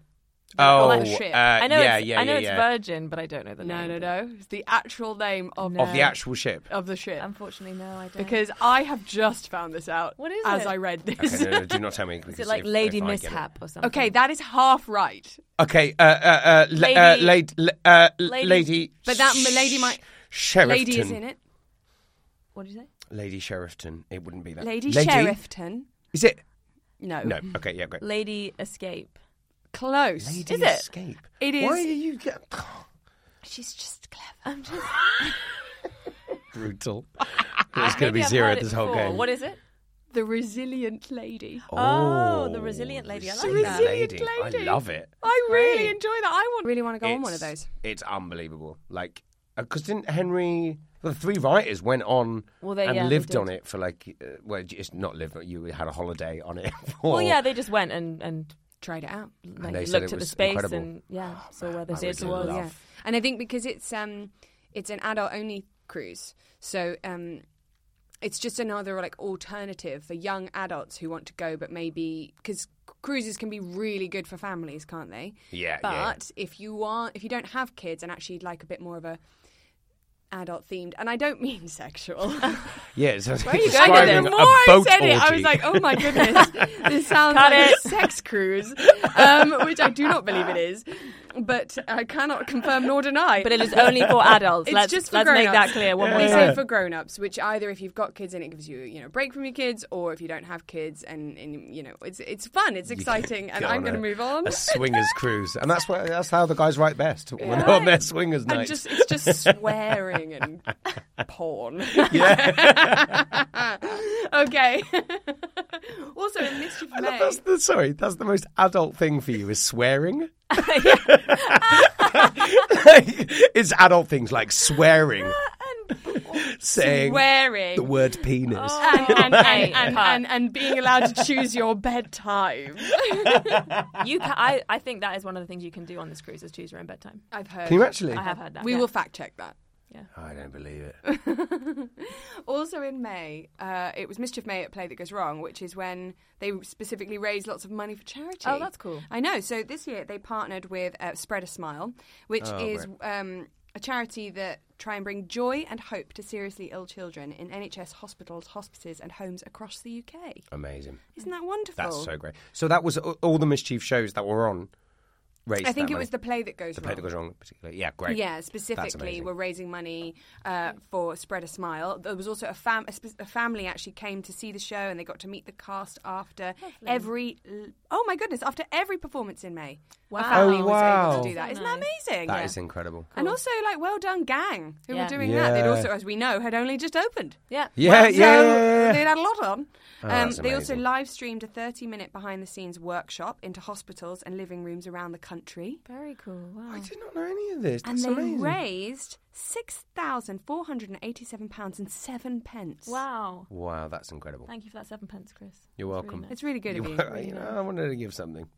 Oh, Like a ship. uh, I know. yeah, it's, yeah, I know yeah, it's yeah. Virgin, but I don't know the No, name. no, no. It's the actual name of No. Of the actual ship. of the ship. Unfortunately, no, I don't. because I have just found this out What is as it? I read Okay, this. no, no, do not tell me. is because it like if- Lady if I get it- Mishap or something? Okay, that is half right. Okay, uh, uh, uh, la- uh, lady, Lady- uh, lady, Lady- But that m- lady might- Sheriffton. Lady is in it. What did you say? Lady Sheriffton. It wouldn't be that. Lady, Sheriffton. Is it? No. No. Okay. Yeah. Great. Lady Escape. Close. Lady Is it? Escape. It Why are is- you get She's just clever. I'm just. brutal? It's going to Maybe be I've zero heard it this whole before. game. What is it? The resilient lady. Oh, the resilient lady. I like resilient that. Resilient I lady. love it. I really great. enjoy that. I want really want to go on one of It's- those. It's unbelievable. Like, because didn't Henry? The three writers went on Well, they- and yeah, they lived on did. it for like, uh, well, it's not lived. but You had a holiday on it. For, Well, yeah, they just went and and Tried it out. like, they looked said it at the was space incredible. Oh, and yeah, saw where I the would theatre love- was. Yeah, and I think because it's um, it's an adult only cruise, so um, it's just another like alternative for young adults who want to go, but maybe because cruises can be really good for families, can't they? Yeah, But yeah, yeah. if you are if you don't have kids and actually like a bit more of a adult themed, and I don't mean sexual. Yeah, so Where are you going with describing this? a The more I boat said it, I orgy. was like, oh my goodness, this sounds Cut like it. a sex cruise, um, which I do not believe it is, but I cannot confirm nor deny. But it is only for adults. It's let's just for let's make that grown-ups. clear. One more we time. say for grown-ups, which either if you've got kids and it gives you you know a break from your kids, or if you don't have kids and, and you know it's it's fun, it's exciting, and Go I'm a- going to move on. A swingers cruise, and that's what that's how the guys write best when Yeah. they're on their swingers And night. just it's just swearing and porn. okay. also, in mischief I love- May. that's the, sorry, that's the most adult thing for you is swearing. it's adult things like swearing, saying Swearing. Oh. Oh, the word penis. and, and, and, and, Cut. and, and being allowed to choose your bedtime. you ca I, I think that is one of the things you can do on this cruise is choose your own bedtime. I've heard. Can you actually? I have heard that. We yeah. will fact check that. I don't believe it. Also in May, uh, it was Mischief May at Play That Goes Wrong, which is when they specifically raise lots of money for charity. Oh, that's cool. I know. So this year they partnered with uh, Spread a Smile, which Oh, is um, a charity that try and bring joy and hope to seriously ill children in NHS hospitals, hospices, and homes across the UK. Amazing. Isn't that wonderful? That's so great. So that was a- all the mischief shows that were on. Raised I think that it was money. the play that goes the wrong. play that goes wrong, particularly. Yeah, great. Yeah, That's specifically, amazing. we're raising money uh, for Spread a Smile. There was also a, fam- a, spe- a family actually came to see the show, and they got to meet the cast after every. l- Oh my goodness! After every performance in May, Wow. a family Oh, was wow. able to do that. Isn't that amazing? That is incredible. And also, like, well done, gang, who Yeah. were doing that. They'd Yeah. also, as we know, had only just opened. Yeah. Yeah, So yeah, yeah, yeah. they'd had a lot on. um, that's they also amazing. live streamed a 30 minute behind the scenes workshop into hospitals and living rooms around the country. Very cool. Wow. I did not know any of this. Oh. And That's they amazing. raised six thousand four hundred and eighty-seven pounds and seven pence. Wow. Wow, that's incredible. Thank you for that sevenpence, Chris. You're That's really welcome. nice. it's really good of You- you. you know, I wanted to give something.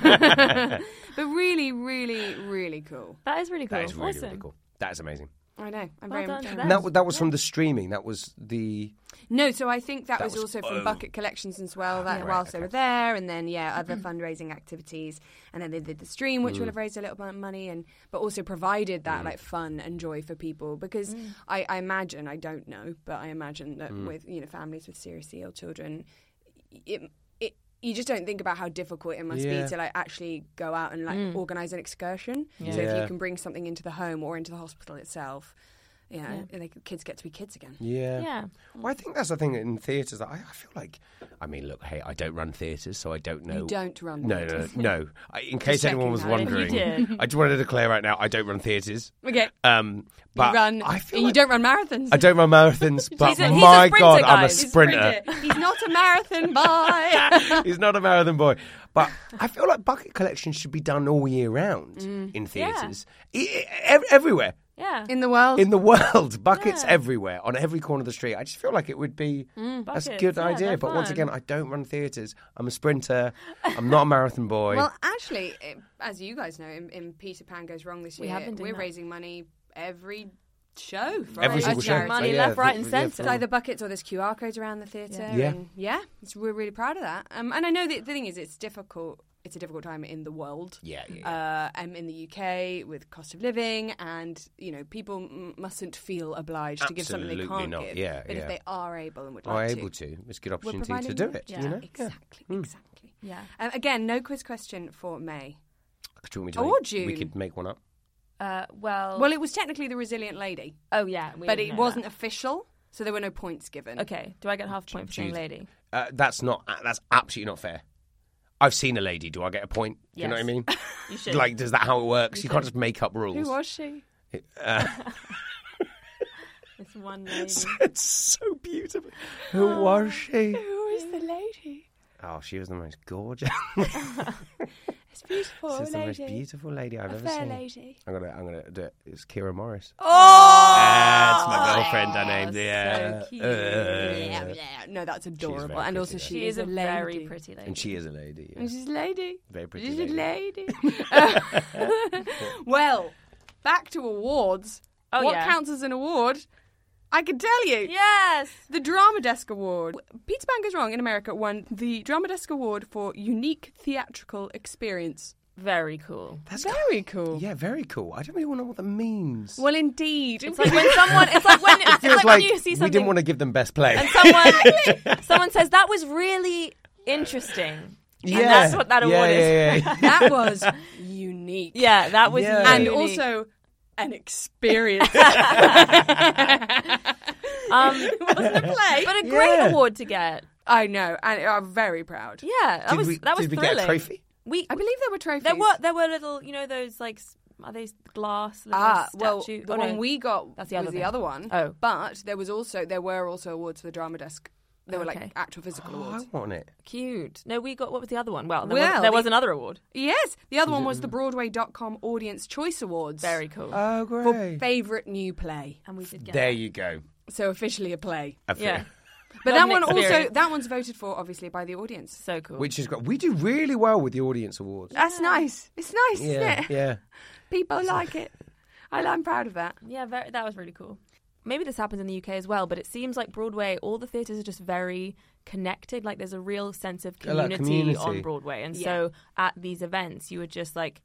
but really, really, really cool. That is really cool. That is really, awesome. really cool. That is amazing. I know. I'm Well very done much. to And them. that, that was from the streaming. That was the. No, so I think that, That was, was- also from oh. Bucket Collections as well. That right, whilst they okay. Mm-hmm. were there, and then yeah, other fundraising activities, and then they did the stream, Mm. which will have raised a little bit of money, and but also provided that like fun and joy for people because Mm. I, I imagine I don't know, but I imagine that with you know families with seriously ill children, it. it you just don't think about how difficult it must Yeah. be to like actually go out and like organize an excursion. So if Yeah. you can bring something into the home or into the hospital itself, you know, like kids get to be kids again. Yeah. Yeah. Well, I think that's the thing in theatres. that I, I feel like. I mean, look, hey, I don't run theatres, so I don't know. You don't run No, no, theatres. no. no. I, in case anyone checking was that. If you wondering, did. I just wanted to declare right now I don't run theatres. Okay. Um, but you run, I feel and like- you don't run marathons. I don't run marathons, but a- he's a my sprinter, god, I'm a guys. He's a sprinter. He's not a marathon boy. He's not a marathon boy. But I feel like bucket collections should be done all year round in theatres, E- ev- everywhere Yeah. In the world, in the world. Buckets everywhere on every corner of the street. I just feel like it would be that's a buckets. good Yeah, idea. they're But once fun. again, I don't run theatres. I'm a sprinter. I'm not a marathon boy. well, actually, it, as you guys know, in, in Peter Pan goes wrong this We year. have been doing we're that. raising money every show. For Every our single Oh, show. charity. Money So, left, right and th- centre. It's either buckets or there's QR codes around the theatre. Yeah. Yeah. and yeah it's, we're really proud of that. Um, and I know that the thing is, it's difficult. It's a difficult time in the world. Yeah, yeah, Uh, I'm in the UK with cost of living, and you know people m- mustn't feel obliged to give something they Absolutely can't not. give. Yeah, but yeah. if they are able and would Are like able to. It's a good we're opportunity to providing do them. it. Yeah. You know, Hmm. Exactly, exactly. Yeah. Um, again, no quiz question for May. Do you want me to Or make- We June. could make one up. Uh, well. Well, it was technically the resilient lady, oh yeah. we but didn't it know wasn't that. official, so there were no points given. Okay. Do I get half a point for saying Choose- lady? Uh, that's not. uh, That's absolutely not fair. I've seen a lady. Do I get a point? Do You know what I Yes. mean? You should. Like, does that how it works? You, can't just make up rules. Who was she? It's one lady. it's so beautiful. Who was she? Who is the lady? Oh, she was the most gorgeous. It's beautiful She's the most beautiful lady I've ever seen. lady. I'm gonna, I'm gonna do it. It's Kira Morris. Oh, That's my girlfriend. I named her. Yeah. Oh, so cute. yeah, yeah. Uh, No, that's very adorable, and pretty, also though. she, she is a lady. very pretty lady. and she is a lady. yeah. She's a lady. Very pretty She's a lady. lady. well, back to awards. Oh, what yeah. counts as an award? I can tell you. Yes. The Drama Desk Award. Peter Pan Goes Wrong in America won the Drama Desk Award for Unique Theatrical Experience. Very cool. That's very cool. Yeah, very cool. I don't really want to know what that means. Well, indeed. It's like when someone. It's like when. It's Feels like, like when you see we something didn't want to give them best play. and someone someone says that was really interesting. yeah, And that's what that yeah, award yeah, is. yeah, yeah. that was unique. Yeah, that was Yeah. And unique. also an experience. um, Wasn't a play. but a great Yeah. award to get. I know, and I'm very proud. Yeah, that Did was we- that was did we get a thrilling. trophy? We I believe there were trophies. there were there were little you know those like s- are they glass little Ah, well, statue? the oh, one no. we got That's the was other the thing. other one. Oh. but there was also there were also awards for the drama desk. There were Okay. like actual physical Oh, I awards. want it. cute. No, we got what was the other one? Well, there, was, Well, there the- was another award. Yes, the other one was the Broadway.com Audience Choice Awards. Mm. Very cool. Uh, Oh, for great. favorite new play. and we did get There that. you go. So officially a play. A fi- yeah, But Not that an one also experience. that one's voted for obviously by the audience. so cool. Which is great. We do really well with the audience awards. That's nice. It's nice, yeah, isn't it? yeah. People like it. I, I'm proud of that. Yeah, very, that was really cool. Maybe this happens in the UK as well, but it seems like Broadway, all the theatres are just very connected. Like there's a real sense of A lot of community, on community. Broadway. And Yeah. so at these events, you would just like,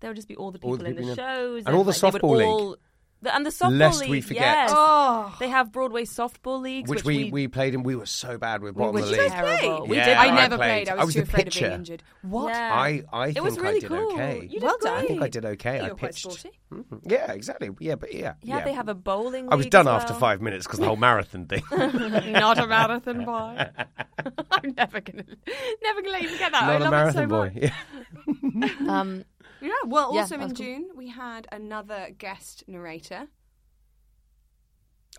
there would just be all the people, All the in the people in the- shows. and all the like, they would softball league. all- The, and the softball Lest league. we forget. Yes. Oh. They have Broadway softball leagues, Which, we, we, played in. We were so bad with one were on the just league. terrible. play? We Yeah, did. I I never played. played. I was, I was too the afraid of pitcher. being injured. What? Yeah. I, I It think was really I did cool. okay. You did Well I think I great. did okay. You I were quite pitched. sporty. Mhm. Yeah, exactly. Yeah, but yeah. Yeah, they have a bowling I was league done as after well. five minutes because the whole marathon thing. Not a marathon boy. I'm never gonna, never gonna let you forget that. I Not love a marathon it so boy. much. Yeah. Um, Yeah. Well, Yeah, also that in was cool. June we had another guest narrator.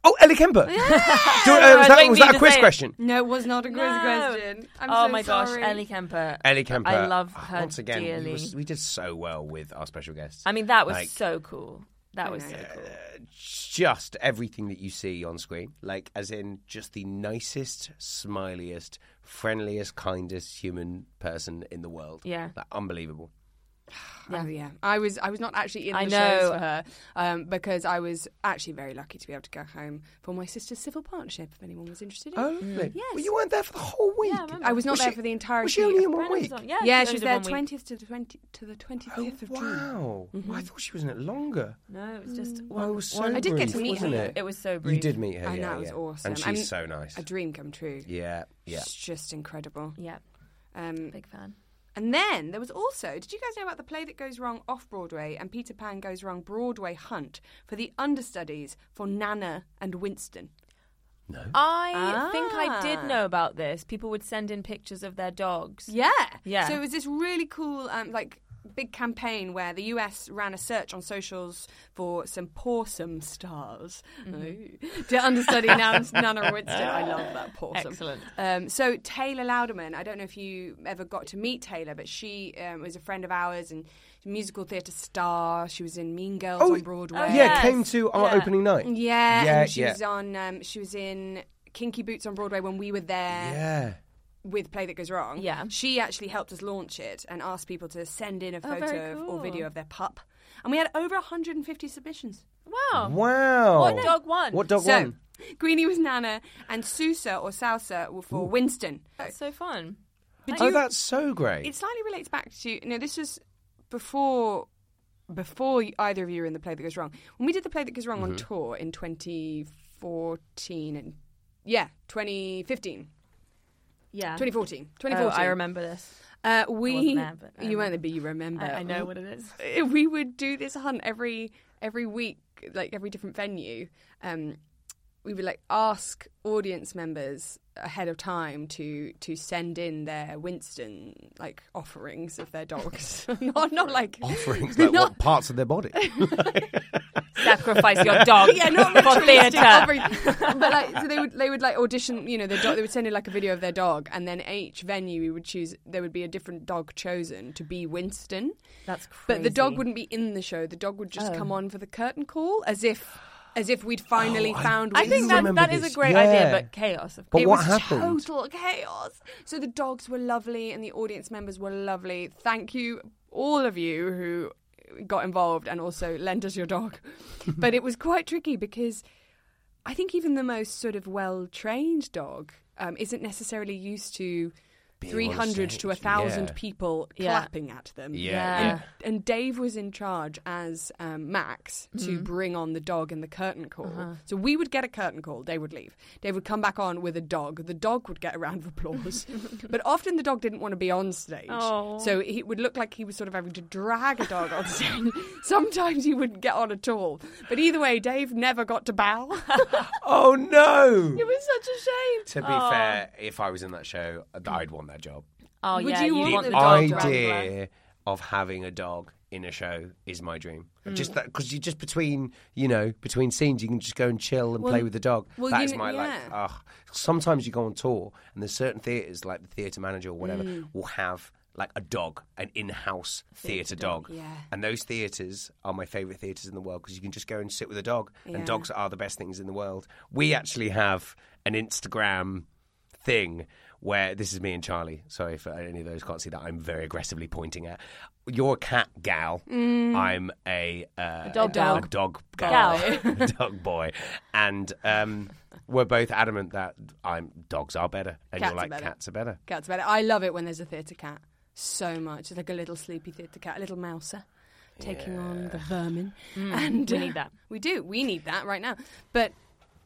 Oh, Ellie Kemper. Do- uh, was Everyone that, make was me that a to quiz say it. question? No, it was not a quiz No. question. I'm oh so my sorry. gosh, Ellie Kemper. Ellie Kemper. I love oh, her Once again, dearly. We, was- we did so well with our special guests. I mean, that was Like- uh, so cool. That was so know. cool. just everything that you see on screen, like as in just the nicest, smiliest, friendliest, kindest human person in the world. Yeah. Like, unbelievable. Yeah. yeah, I was I was not actually in the I shows know. for her um, because I was actually very lucky to be able to go home for my sister's civil partnership. If anyone was interested, in. Oh, lovely. Mm. Yes. Well, you weren't there for the whole week. I remember. I was not Was there she- for the entirety. was she only in of- one Brandon was week? on- Yeah, yeah, she she was only did there one week. twentieth to the twenty to the twenty Oh, fifth of June. wow. I thought she was in it longer. No, it was just Mm. Well, one. it was so one- Mm-hmm. I did get to brief, meet wasn't her. It? It was so You brief. did meet her. I yeah, know, it was yeah. awesome. And she's I'm- so nice. A dream come true. Yeah, yeah. It's just incredible. Yeah, Um, big fan. and then there was also, did you guys know about the play that goes wrong off Broadway and Peter Pan goes wrong Broadway hunt for the understudies for Nana and Winston? I think I Ah. did know about this. People would send in pictures of their dogs. Yeah. Yeah. So it was this really cool, um, like, big campaign where the US ran a search on socials for some pawsome stars Mm-hmm. Ooh. to understudy Nan- Nana Winston. I love that pawsome. Excellent. Um, so Taylor Louderman, I don't know if you ever got to meet Taylor, but she um, was a friend of ours and musical theatre star. She was in Mean Girls Oh, on Broadway. Oh, yeah, yes. came to our Yeah. opening night. Yeah, Yeah, and she yeah. was on. Um, she was in Kinky Boots on Broadway when we were there Yeah. with Play That Goes Wrong. Yeah. she actually helped us launch it and asked people to send in a Oh, photo very of- cool. or video of their pup, and we had over 150 submissions. Oh. Wow. Wow. What dog won? What dog so, won? Greenie was Nana, and Sousa or Salsa were for Winston. That's so fun. Oh, that's so great. It slightly relates back to no. This was before before either of you were in the play that goes wrong. When we did the play that goes wrong on tour in 2014 and yeah, 2015, Yeah. 2014, Oh, 2014. I remember this. Uh, we wasn't there, but I you weren't there, but you remember. I, I know what it is. Uh, We would do this hunt every every week, like every different venue. Um, we would like ask audience members ahead of time to to send in their Winston like offerings of their dogs, not not like offerings, like not- what parts of their body? Sacrifice your dog yeah, not for ritualistic theatre. offering. but like, so they would they would like audition. You know, their dog. They would send in like a video of their dog, and then each venue we would choose. There would be a different dog chosen to be Winston. That's crazy. But the dog wouldn't be in the show. The dog would just come on for the curtain call, as if as if we'd finally found. I Winston. think that, that Oh, remember is a this. great Yeah. idea, but chaos, of But course. it what was happened? total chaos. So the dogs were lovely, and the audience members were lovely. Thank you, all of you who got involved, and also lend us your dog. but it was quite tricky because I think even the most sort of well trained dog um, isn't necessarily used to Being on 300 to stage, 1,000 yeah. people Yeah. clapping at them. Yeah, Yeah. yeah. And Dave was in charge as um, Max Mm-hmm. to bring on the dog and the curtain call. Uh-huh. So we would get a curtain call, Dave would leave. Dave would come back on with a dog. The dog would get a round of applause. but often the dog didn't want to be on stage. Oh. So it would look like he was sort of having to drag a dog on stage. Sometimes he wouldn't get on at all. But either way, Dave never got to bow. Oh no! It was such a shame. To be Oh. fair, if I was in that show, Mm. I'd want that job. Oh Would yeah, you you want want the the dog dog to wrangler. idea of having a dog in a show is my dream. Mm. Just that because you just between you know between scenes you can just go and chill and play with the dog. well, that you is kn- my like. yeah. Ugh. Sometimes you go on tour and there's certain theaters like the theater manager or whatever Mm. will have like a dog, an in-house theater dog. yeah. And those theaters are my favorite theaters in the world because you can just go and sit with a dog, Yeah. and dogs are the best things in the world. We actually have an Instagram thing where this is me and Charlie. Sorry if any of those can't see that. I'm very aggressively pointing at. You're a cat gal. I'm a, uh, a Mm. dog a gal. dog gal, a dog boy, and um, we're both adamant that I'm dogs are better, and Cats are you're like better. cats are better. Cats about it. I love it when there's a theatre cat so much. It's like a little sleepy theatre cat, a little mouser taking on the vermin. and Mm. we uh, need that. We do. We need that right now. But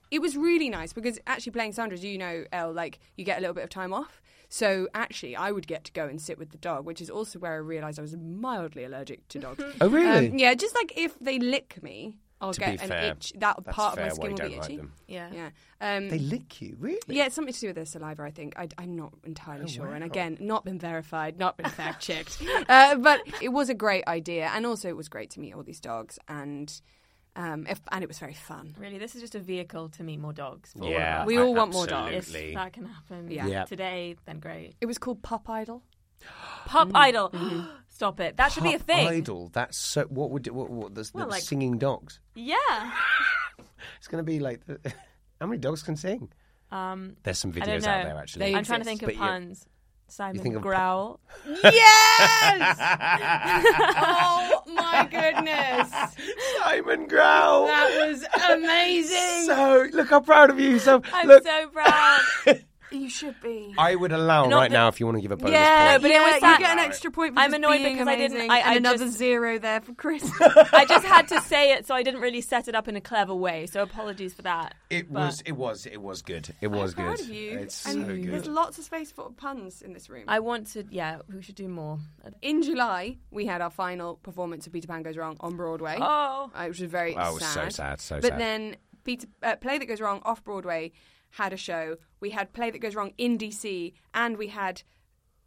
it was really nice because actually playing Sandra, as you know, Elle, like you get a little bit of time off. So actually, I would get to go and sit with the dog, which is also where I realised I was mildly allergic to dogs. Oh really? Um, yeah, just like if they lick me, I'll To get be an fair, itch. That that's part of my fair why skin you will be don't like itchy. them. Yeah. Yeah. Um, They lick you, really? Oh, yeah, it's something to do with their saliva, I think. I, am not entirely sure. And again, not been verified, not been fact checked. uh, but it was a great idea. And also, it was great to meet all these dogs. And um, if, and it was very fun. Really, this is just a vehicle to meet more dogs. For all of Yeah, us. We I- all want more dogs. If absolutely. that can happen Yeah. Yeah. today, then great. It was called Pop Idol. Mm-hmm. Pop Idol. Stop it. That should be a Pop thing. Idol. That's so. What would what, what the, the Well, like- singing dogs? Yeah. It's going to be like the, how many dogs can sing? Um, There's some I don't videos know. out there actually. They- I'm trying to exist. think But of you- puns. Simon think of- Growl. Yes! oh my goodness. Simon Growl. That was amazing. So look how proud of you. So I'm look, so proud. you should be. I would allow Not right the- now if you want to give a bonus Yeah, point. but it was you that- get an extra point for I'm just annoyed being because I didn't- amazing. I- I and another just- zero there for Chris. I just had to say it, so I didn't really set it up in a clever way. So apologies for that. It But- was, it was, it was good. It was proud good. of you. It's and so There's good. lots of space for puns in this room. I want to. Yeah, we should do more. In July, we had our final performance of Peter Pan Goes Wrong on Broadway. Oh. Uh, which was very Oh, it was sad. so sad, so but sad. then Peter uh, Play That Goes Wrong off Broadway had a show. We had Play That Goes Wrong in DC, and we had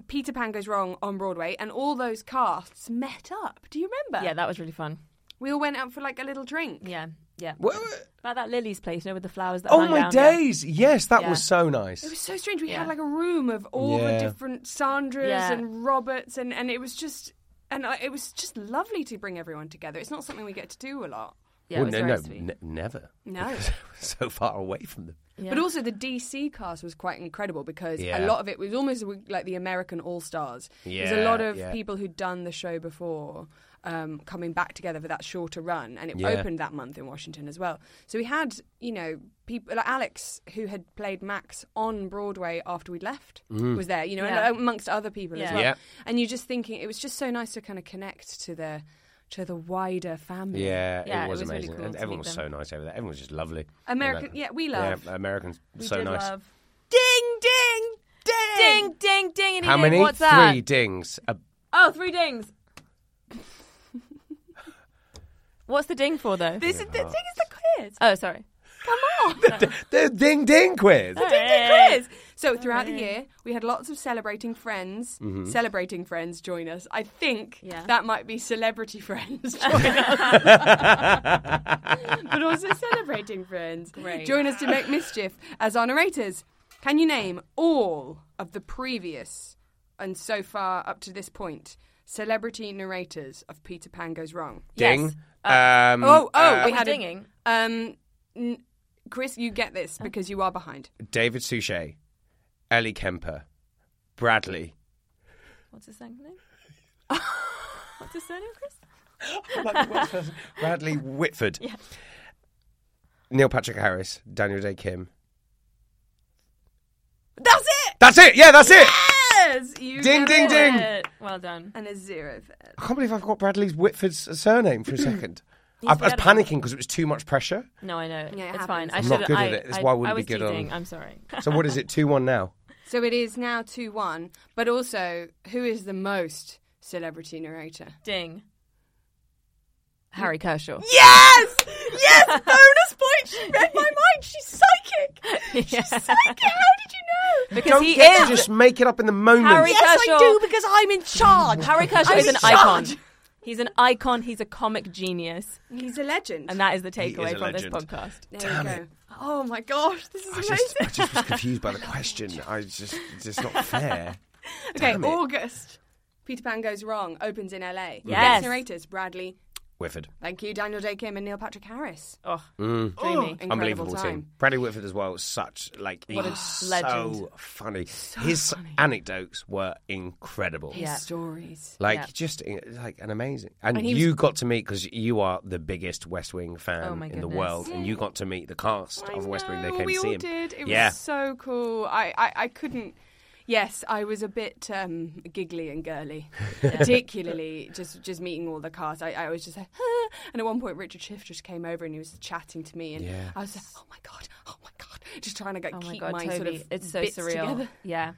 Peter Pan Goes Wrong on Broadway, and all those casts met up. Do you remember? Yeah, that was really fun. we all went out for like a little drink. Yeah, yeah. What- About that Lily's place, you know, with the flowers that Oh hung my down, yeah. days! Yes, that Yeah. was so It was nice. so strange. We had Yeah. like a room of all Yeah. the different Sandras Yeah. and Roberts, and, and it was just and I, it was just lovely to bring everyone together. It's not something we get to do a lot. Yeah, Well, it was no, very no, sweet. ne- never. No. Because I was so far away from them. Yeah. But also the DC cast was quite incredible because a Yeah. lot of it was almost like the American All Stars. There's a Yeah, lot of yeah. people who'd done the show before um, coming back together for that shorter run, and it Yeah. opened that month in Washington as well. So we had you know people like Alex who had played Max on Broadway after we'd left was there, you know, Yeah. and uh, amongst other people as Yeah. well. Mm. Yeah. And you're just thinking it was just so nice to kind of connect to the to the wider family. Yeah, Mm-hmm. Yeah, it it was was really amazing. cool and to everyone meet was so them. nice over there. Everyone was just lovely. American- And, yeah, we love. Yeah, Americans, We so did nice. love- Ding ding ding. Ding, ding, ding, and How many? What's Three that? dings. A- Oh, three dings. What's the ding for though? This is the thing is the quiz. Oh, sorry. the ding ding quiz. quiz. So throughout the year, we had lots of celebrating friends. Celebrating friends join us. I think Yeah. that might be celebrity friends join us, but also celebrating friends Great. join us to make mischief as our narrators. Can you name all of the previous and so far up to this point celebrity narrators of Peter Pan Goes Wrong? Ding. Yes. Um, Oh, oh, uh, we had a- dinging? um, n- Chris, you get this because you are behind. David Suchet, Ellie Kemper, Bradley. What's his second name? What's his surname, Chris? Bradley Whitford. Yeah. Neil Patrick Harris, Daniel Day Kim. That's it. That's it. Yeah, that's it. Yes, you Ding, did ding, it. ding. Good. Well done. And a zero for Ed. I can't believe I forgot Bradley's Whitford's surname for a second. I, I was better. panicking because it was too much pressure. No, I know. Yeah, it it's fine. happens. I I'm should, not good I, at it. That's I, why I wouldn't I was be good on- teasing. I'm sorry. So what is it? Two one now. So it is now two one. But also, who is the most celebrity narrator? Ding. Harry Kershaw. Yes! Yes! Bonus point! She read my mind! She's psychic! She's psychic! How did you know? Because Don't he get is. to just make it up in the moment. Harry yes, I Kershaw. do because I'm in charge! Harry Kershaw I'm is in an icon. charge. He's an icon. He's a comic genius. He's a legend. And that is the is takeaway a from this legend. podcast. there Damn you go. it. Oh my gosh, this is I amazing. just, I just was confused by the question. I was just, it's just not fair. okay, Damn it. August. Peter Pan Goes Wrong opens in LA. Yes. Yes. narrators Bradley. Whitford, Thank you, Daniel Day Kim and Neil Patrick Harris. Oh, Dreamy. dreamy. Incredible Mm. unbelievable time. team. Bradley Whitford as well. Such like he What a was so legend. funny. His anecdotes were incredible. His stories. Like Yeah. just in- like an amazing, and, And he was- you got to meet because you are the biggest West Wing fan Oh my in the goodness. world, and you got to meet the cast I of West Wing. They know, came we to see all him. did. It yeah, was so cool. I, I, I couldn't. Yes, I was a bit um, giggly and girly, particularly just just meeting all the cars. I, I was just like, "Ah," and at one point Richard Schiff just came over and he was chatting to me, and Yes. I was like, oh my god, oh my god, just trying to like, Oh my keep god, my Toby, sort of it's so bits surreal. together. Yeah,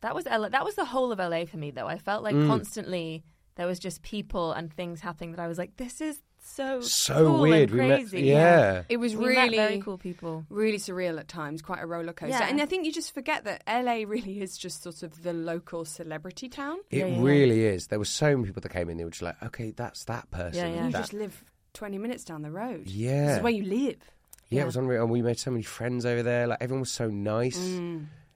that was LA, that was the whole of LA for me though. I Mm. felt like constantly there was just people and things happening that I was like, this is so so cool weird. and crazy. We met, yeah. It was We met really very cool people. really surreal at times, quite a roller coaster. Yeah. And I think you just forget that LA really is just sort of the local celebrity town. It Yeah, yeah, yeah. really is. There were so many people that came in. They were just like, okay, that's that person. Yeah, yeah. You that- just live twenty minutes down the road. this Yeah. is where you live. yeah, yeah. it was unreal. And we made so many friends over there. Like everyone was so nice.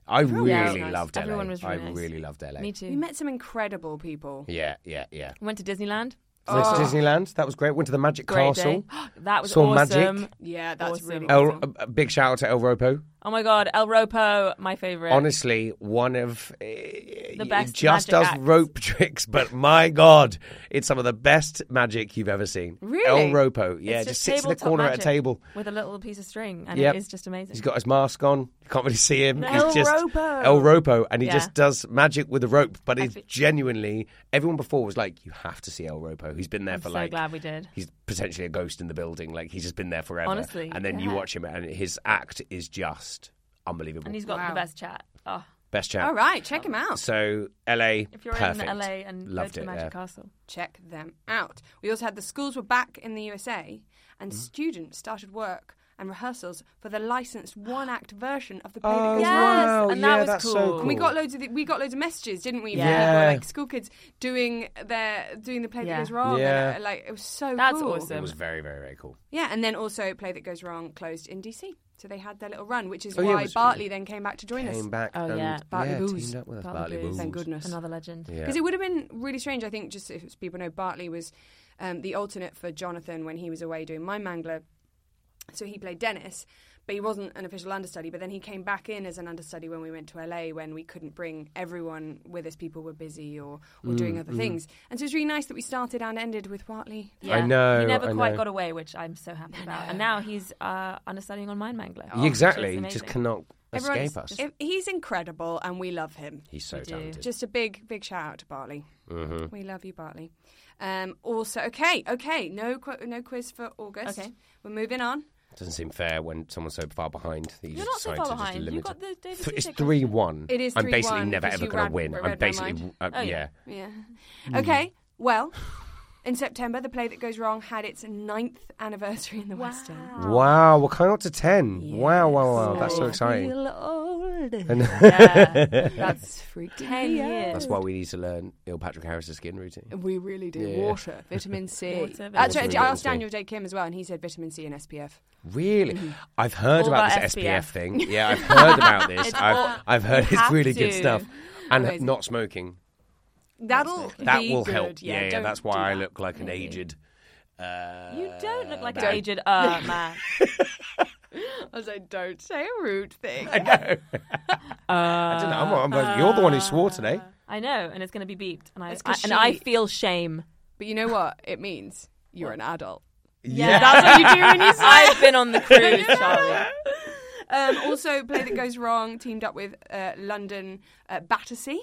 I really Mm. was nice. loved LA. Everyone was really I nice. really loved LA. Me too. We met some incredible people. Yeah, yeah, yeah. Went to Disneyland. Went to Disneyland. That was great. Went to the Magic Oh. Great Castle. day. that was Saw magic. awesome. Yeah, that's Awesome. really El, awesome. a- a big shout out to El Ropo. Oh my god, El Ropo, my favorite. Honestly, one of the best just magic does acts. rope tricks, but my god, it's some of the best magic you've ever seen. El Really? Ropo, yeah, It's just, sits in the tabletop corner at magic a table. with a little piece of string, and Yep. it is just amazing. He's got his mask on. You can't really see him. No. El He's just Ropo. El Ropo, and he Yeah. just does magic with a rope. But I it's fe- genuinely everyone before was like, "You have to see El Ropo. He's been there I'm for so like glad we did. he's potentially a ghost in the building. Like he's just been there forever." Honestly, and then you yeah. watch him, and his act is just unbelievable. And he's got Wow. the best chat. Oh, Best chat. All right, check him out. So LA, if you're perfect. in LA and loved go to it the Magic there. Castle. Check them out. We also had the schools were back in the USA, and Mm-hmm. students started work and rehearsals for the licensed one-act version of the play. that Oh, goes Yes, wrong. wow. and yeah, that was that's so cool. cool. And we got loads of the, we got loads of messages, didn't we? from Yeah. people, like school kids doing their doing the play Yeah. that goes wrong. Yeah. And, uh, like it was so That's cool. awesome. It was very, very, very cool. Yeah, and then also play that goes wrong closed in DC, so they had their little run, which is Oh, yeah, it why was- Bartley then came back to join us. Came back Oh, and yeah. Bartley yeah, Booze. teamed up with us. Bartley Bartley Booze. Booze. Thank goodness. Another legend. Yeah. Because it would have been really strange, I think, just if people know Bartley was um, the alternate for Jonathan when he was away doing My Mangler. So he played Dennis, but he wasn't an official understudy. But then he came back in as an understudy when we went to LA when we couldn't bring everyone with us. People were busy or, or Mm, doing other things. And so it's really nice that we started and ended with Bartley. I know, He never I quite know. got away, which I'm so happy about. And now he's uh, understudying on Mind Mangler. Oh, Yeah, exactly. You just cannot. cannot Everyone- escape us. if- he's incredible and we love him. He's so We do. talented. Just a big, big shout out to Bartley. We love you, Bartley. Um, also, okay, okay, no, qu- no quiz for August. Okay. We're moving on. Doesn't seem fair when someone's so far behind that you You're just not so decide far to just behind. You limit got the it. David Th- It's Suchet question. three one. It is I'm basically 3-1, never because ever you going ran- to win. read my I'm basically mind. uh, Oh, yeah. yeah. Yeah. Okay. Well, in September, the play that goes wrong had its ninth anniversary in the West End. Ah. Wow, we're coming up to ten. Wow, wow, wow! That's so Oh. exciting. old. And Yeah, That's freaking. ten years. that's why we need to learn Neil Patrick Harris's skin routine. We really do. Yeah. Water, vitamin C. Water, That's vitamin right. C. I asked Daniel Day Kim as well, and he said vitamin C and SPF. Really, I've heard Mm-hmm. All about about this SPF. SPF. thing. Yeah, I've heard about this. It's all- I've, I've heard you it's have really good to. stuff, and Amazing. not smoking. That'll That be will good. help. Yeah, yeah. don't that's do why I that. look like an aged. Uh, you don't look like an man. aged uh, man. I was like, don't say a rude thing. I don't know. Uh, I'm, I'm, you're the one who swore today. I know, and it's going to be beeped, and I, That's 'cause I- and I she- feel shame. But you know what it means? You're an adult. Yeah. That's what you do when you I've been on the cruise, Charlie. Um, also, play that goes wrong. Teamed up with uh, London uh, Battersea.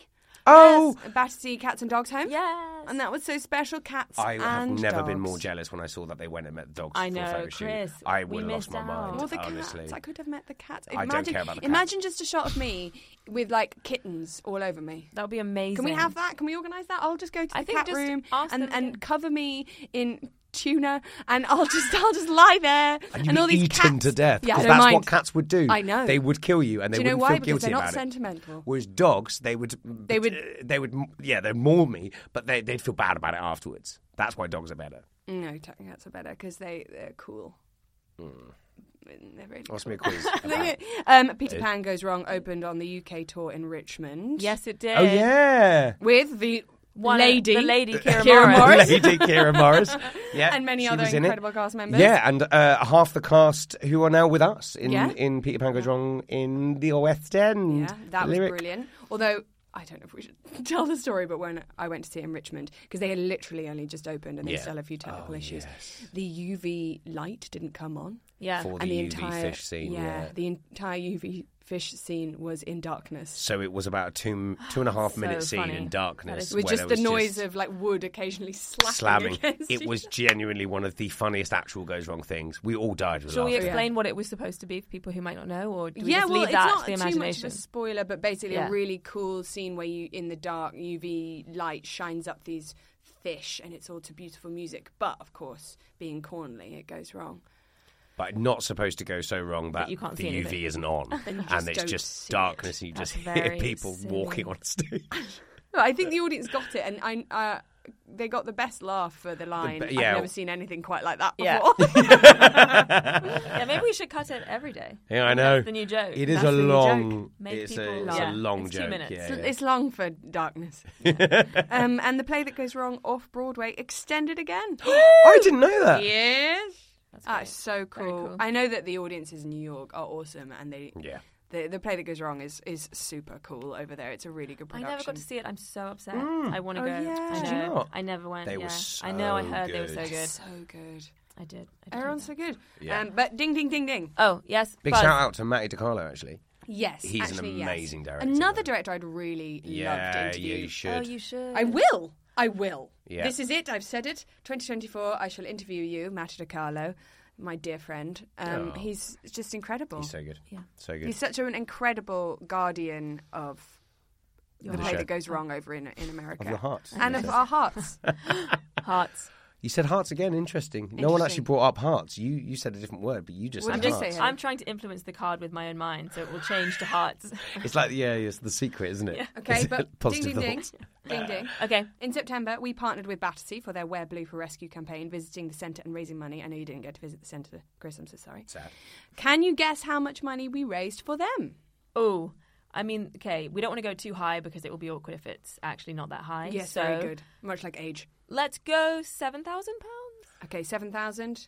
Oh, uh, Yes, Battersea Cats and Dogs Home. Yes. and that was so special. Cats. Oh, I have and never been dogs. more jealous when I saw that they went and met the dogs I for a know, photo shoot. Chris, I would we have lost missed my mind. Well, the honestly. cats. I could have met the cats. I don't Imagine, care about the cats. Imagine just a shot of me with like kittens all over me. That would be amazing. Can we have that? Can we organise that? I'll just go to the I think cat just room ask and, them to and do- cover me in tuna, and I'll just I'll just lie there and you all these eaten cats. to death. Yeah, I 'cause don't that's mind. what cats would do. I know. They would kill you, and they Do you know wouldn't why? feel because guilty they're not about sentimental. it. Whereas dogs, they would, They would- uh, they would, yeah, they'd maul me, but they, they'd feel bad about it afterwards. That's why dogs are better. No, t- cats are better because they they're cool. Hmm. They're really Ask cool. me a quiz. Um, Peter Pan goes wrong opened on the UK tour in Richmond. Yes, it did. oh yeah, with the One lady, the lady, Kira, Kira Morris. Morris. Lady Kira Morris, yeah, And many she other was in it. incredible cast members. Yeah, and uh, half the cast who are now with us in, Yeah. in Peter Pan Goes Wrong in the West End. Yeah, that was Lyric. brilliant. Although I don't know if we should tell the story, but when I went to see it in Richmond, because they had literally only just opened and they Yeah. still have a few technical Oh, issues, yes. the UV light didn't come on, Yeah. For- Or and the the UV entire fish scene, yeah. the entire UV fish scene was in darkness. So it was about a two two and a half So minute scene funny. in That darkness is- With where just there the was noise just- of like wood occasionally slapping slamming. against It each was genuinely one of the funniest actual goes wrong things. We all died with Shall we laughter. explain what it was supposed to be for people who might not know, or do we yeah, just well, leave it's that not to the too much of imagination? a spoiler, but basically Yeah. a really cool scene where you, in the dark, UV light shines up these fish, and it's all to beautiful music. But of course, being Cornley, it goes wrong. But not supposed to go so wrong that you can't the see UV anything. isn't on, And you and, just it's don't just see darkness, and you That's just hear very people silly. walking on stage. No, I think the audience got it, and I. Uh, they got the best laugh for the line. be- yeah. I've never seen anything quite like that Yeah. before. yeah, maybe we should cut it every day. yeah, I know. That's the new joke. It is That's a the new joke. long. Make It's a, people it's laugh. a long It's two joke. minutes. Yeah, It's- yeah. It's long for darkness. um, and the play that goes wrong off Broadway extended again. I didn't know that. yes. That's Ah, so cool. Very cool. I know that the audiences in New York are awesome, and they Yeah. the the play that goes wrong is is super cool over there. It's a really good I production. never got to see it. I'm so upset. I want to Oh, go. yeah. I Did you know. not? I never went. They were yeah. I know. I so heard they were so good. good. So good. I did. I did Everyone's so good. Yeah. Um, but ding, ding, ding, ding. Oh yes. Big Buzz. shout out to Matty DiCarlo actually. Yes, He's an actually, yes. amazing director, Another man. director I'd really love to Yeah, interview. you should. Oh, you should. I will. I will. Yeah. This is it. I've said it. 2024. I shall interview you, Matty DiCarlo, my dear friend. Um, Oh. He's just incredible. He's so good. Yeah. So good. Oh, He's such an incredible guardian of the Your play show. that goes wrong over in, in America. Of your hearts. And you of said. our hearts. Hearts. You said hearts again. Interesting. No one actually Interesting. brought up hearts. You you said a different word, but you just What said did you hearts. say? I'm trying to influence the card with my own mind, so it will change to hearts. It's like yeah, it's the secret, isn't it? Okay, It's but ding, positive ding, ding. thoughts. Ding, ding. okay. In September, we partnered with Battersea for their Wear Blue for Rescue campaign, visiting the centre and raising money. I know you didn't get to visit the centre, Chris. I'm so sorry. Sad. Can you guess how much money we raised for them? Oh, I mean, okay. We don't want to go too high because it will be awkward if it's actually not that high. Yes, so very good. Much like age. Let's go seven thousand pounds. Okay, seven thousand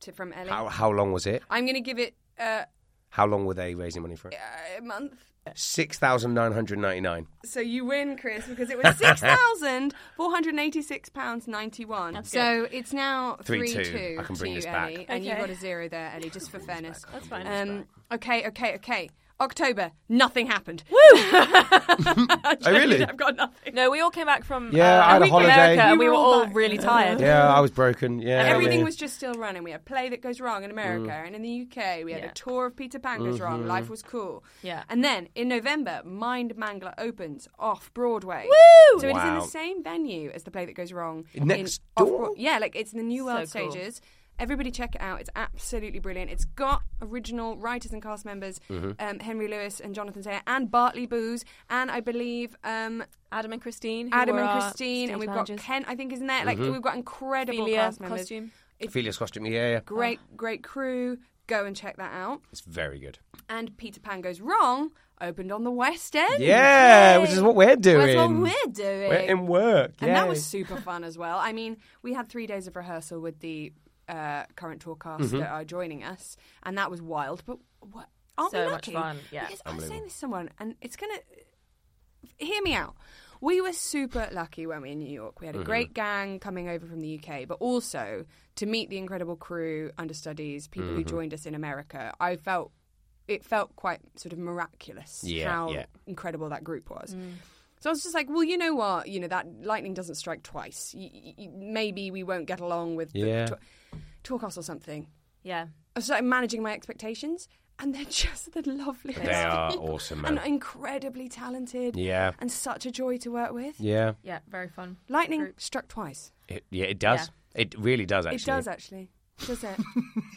to from Ellie. How how long was it? I'm going to give it uh, How long were they raising money for it? a month. Six thousand nine hundred ninety nine. So you win, Chris, because it was six thousand four hundred eighty-six pounds ninety-one. So it's now Three three two. two. I can to bring you, this back. Ellie, and you Okay. got a zero there, Ellie, just for fairness. That's fine. Um, okay, okay, okay. October, nothing happened. Woo! Oh really? I've got nothing. No, we all came back from Yeah, uh, I had a week in holiday. America, and You we were were all all back. really tired. Yeah, I was broken. Yeah, Everything yeah. was just still running. We had play that goes wrong in America Mm. and in the UK. We had Yeah. a tour of Peter Pan Mm-hmm. goes wrong. Life was cool. Yeah. And then in November, Mind Mangler opens off Broadway. Woo! So it is in Wow. the same venue as the play that goes wrong. Next in off door? Broad- yeah, like it's in the New So World cool. stages. Everybody check it out. It's absolutely brilliant. It's got original writers and cast members, Mm-hmm. um, Henry Lewis and Jonathan Sayer, and Bartley Booz, and I believe um, Adam and Christine. who Adam were and our Christine, stage and we've managers. got Ken. I think, isn't there? Like Mm-hmm. we've got incredible Ophelia cast members. costume. Ophelia's costume. Yeah, yeah. Great, great crew. Go and check that out. It's very good. And Peter Pan Goes Wrong opened on the West End. Yeah, which is what we're doing. That's what we're doing. We're in work. and that yay. was super fun as well. I mean, we had three days of rehearsal with the uh, current tour cast Mm-hmm. that are joining us, and that was wild. But what? Aren't we So much lucky? fun, yeah. Because I was saying this to someone, and it's gonna hear me out. We were super lucky when we were in New York. We Mm-hmm. had a great gang coming over from the UK, but also to meet the incredible crew, understudies, people Mm-hmm. who joined us in America. I felt it felt quite sort of miraculous Yeah, how yeah. incredible that group was. Mm. So I was just like, well, you know what? You know that lightning doesn't strike twice. Y- y- y- maybe we won't get along with Yeah. the to- Torcas or something. Yeah. I started managing my expectations, and they're just the loveliest. They are people awesome, man. and incredibly talented. Yeah. and such a joy to work with. Yeah, Yeah. Very fun. Lightning Group. struck twice. it, yeah, it does. It really does actually. It does actually, does it?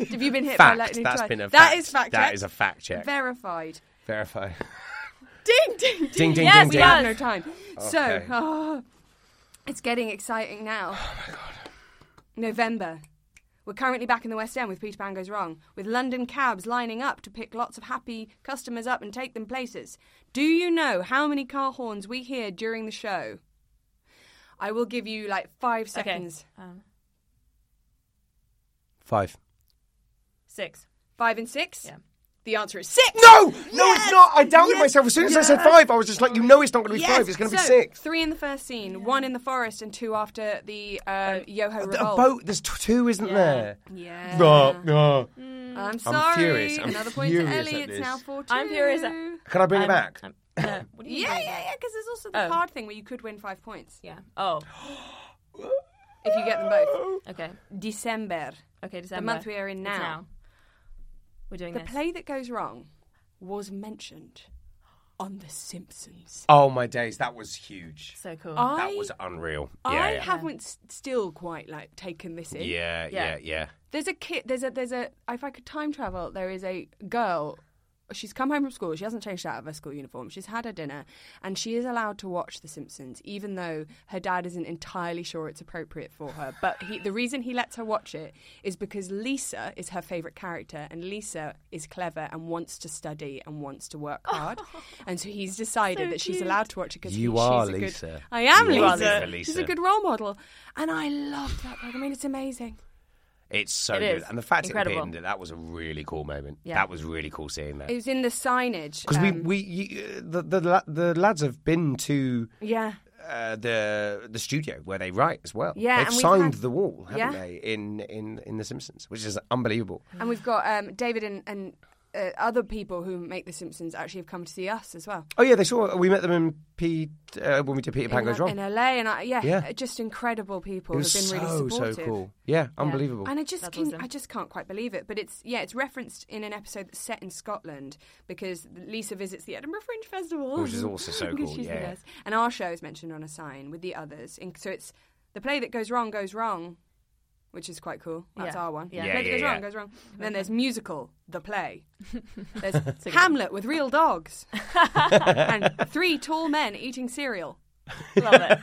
Have you been hit by Fact. lightning That's twice? been a That fact. is fact. That check. is a fact check. Verified. Verify. Ding ding ding. ding ding Yes, ding we ding. does. have no time. So Okay. oh, it's getting exciting now. Oh my god. November. We're currently back in the West End with Peter Pan Goes Wrong, with London cabs lining up to pick lots of happy customers up and take them places. Do you know how many car horns we hear during the show? I will give you like five seconds. Okay. Um, Five. six. Five and six? Yeah. The answer is six! No, no, it's not. I doubted Yes! myself as soon as I said Yes! five. I was just like, you know, it's not going to be Yes! five. It's going to So, be six. Three in the first scene, one in the forest, and two after the um, Yoho A revolt. boat. There's t- two, isn't Yeah. there? Yeah. No, no. I'm sorry. furious. I'm Another point furious to at Ellie. It's this. now four two. Mm. I'm furious at- Can I bring it Um, back? um, no, what do you Yeah, yeah, think? yeah. Because there's also the Oh. card thing where you could win five points Yeah. Oh. if you get them both. Okay. December. Okay. December. month we are in It's now. We're doing The this. play that goes wrong was mentioned on The Simpsons. Oh my days, that was huge. So cool. I, That was unreal. I yeah, haven't s- still quite like taken this in. yeah, yeah, yeah, Yeah. yeah. There's a kid. There's a. There's a. If I could time travel, there is a girl. She's come home from school. She hasn't changed out of her school uniform. She's had her dinner, and she is allowed to watch The Simpsons, even though her dad isn't entirely sure it's appropriate for her. But he, the reason he lets her watch it is because Lisa is her favorite character, and Lisa is clever and wants to study and wants to work hard. and so he's decided So that she's cute. allowed to watch it because You he, are she's A good, Lisa. I am You are Lisa. Lisa. She's a good role model, and I love that. I mean, it's amazing. It's so It good. is. And the fact it Incredible. appeared in it, that was a really cool moment. Yeah. That was really cool seeing that. It was in the signage. Because um, we, we you, uh, the, the la- the lads have been to yeah, uh, the the studio where they write as well. Yeah, they've and we've signed had- the wall, haven't Yeah. they? In, in in the Simpsons, which is unbelievable. and we've got um, David and, and uh, other people who make The Simpsons actually have come to see us as well. Oh yeah, they saw. We met them in P uh, when we did Peter Pan in, Goes Lo- Wrong. in LA, and I, yeah, Yeah. just incredible people it was who've been so really supportive. so cool. Yeah, unbelievable. And I just That's can, awesome. I just can't quite believe it, but it's yeah, it's referenced in an episode that's set in Scotland because Lisa visits the Edinburgh Fringe Festival, Which is also so 'Cause cool, she's the yeah. best. and our show is mentioned on a sign with the others, and so it's the play that goes wrong goes wrong, which is quite cool. That's Yeah. our one. Yeah. The Yeah, play that yeah, goes yeah. wrong goes wrong. And then there's musical, the play. There's Hamlet with real dogs, and three tall men eating cereal, Love it.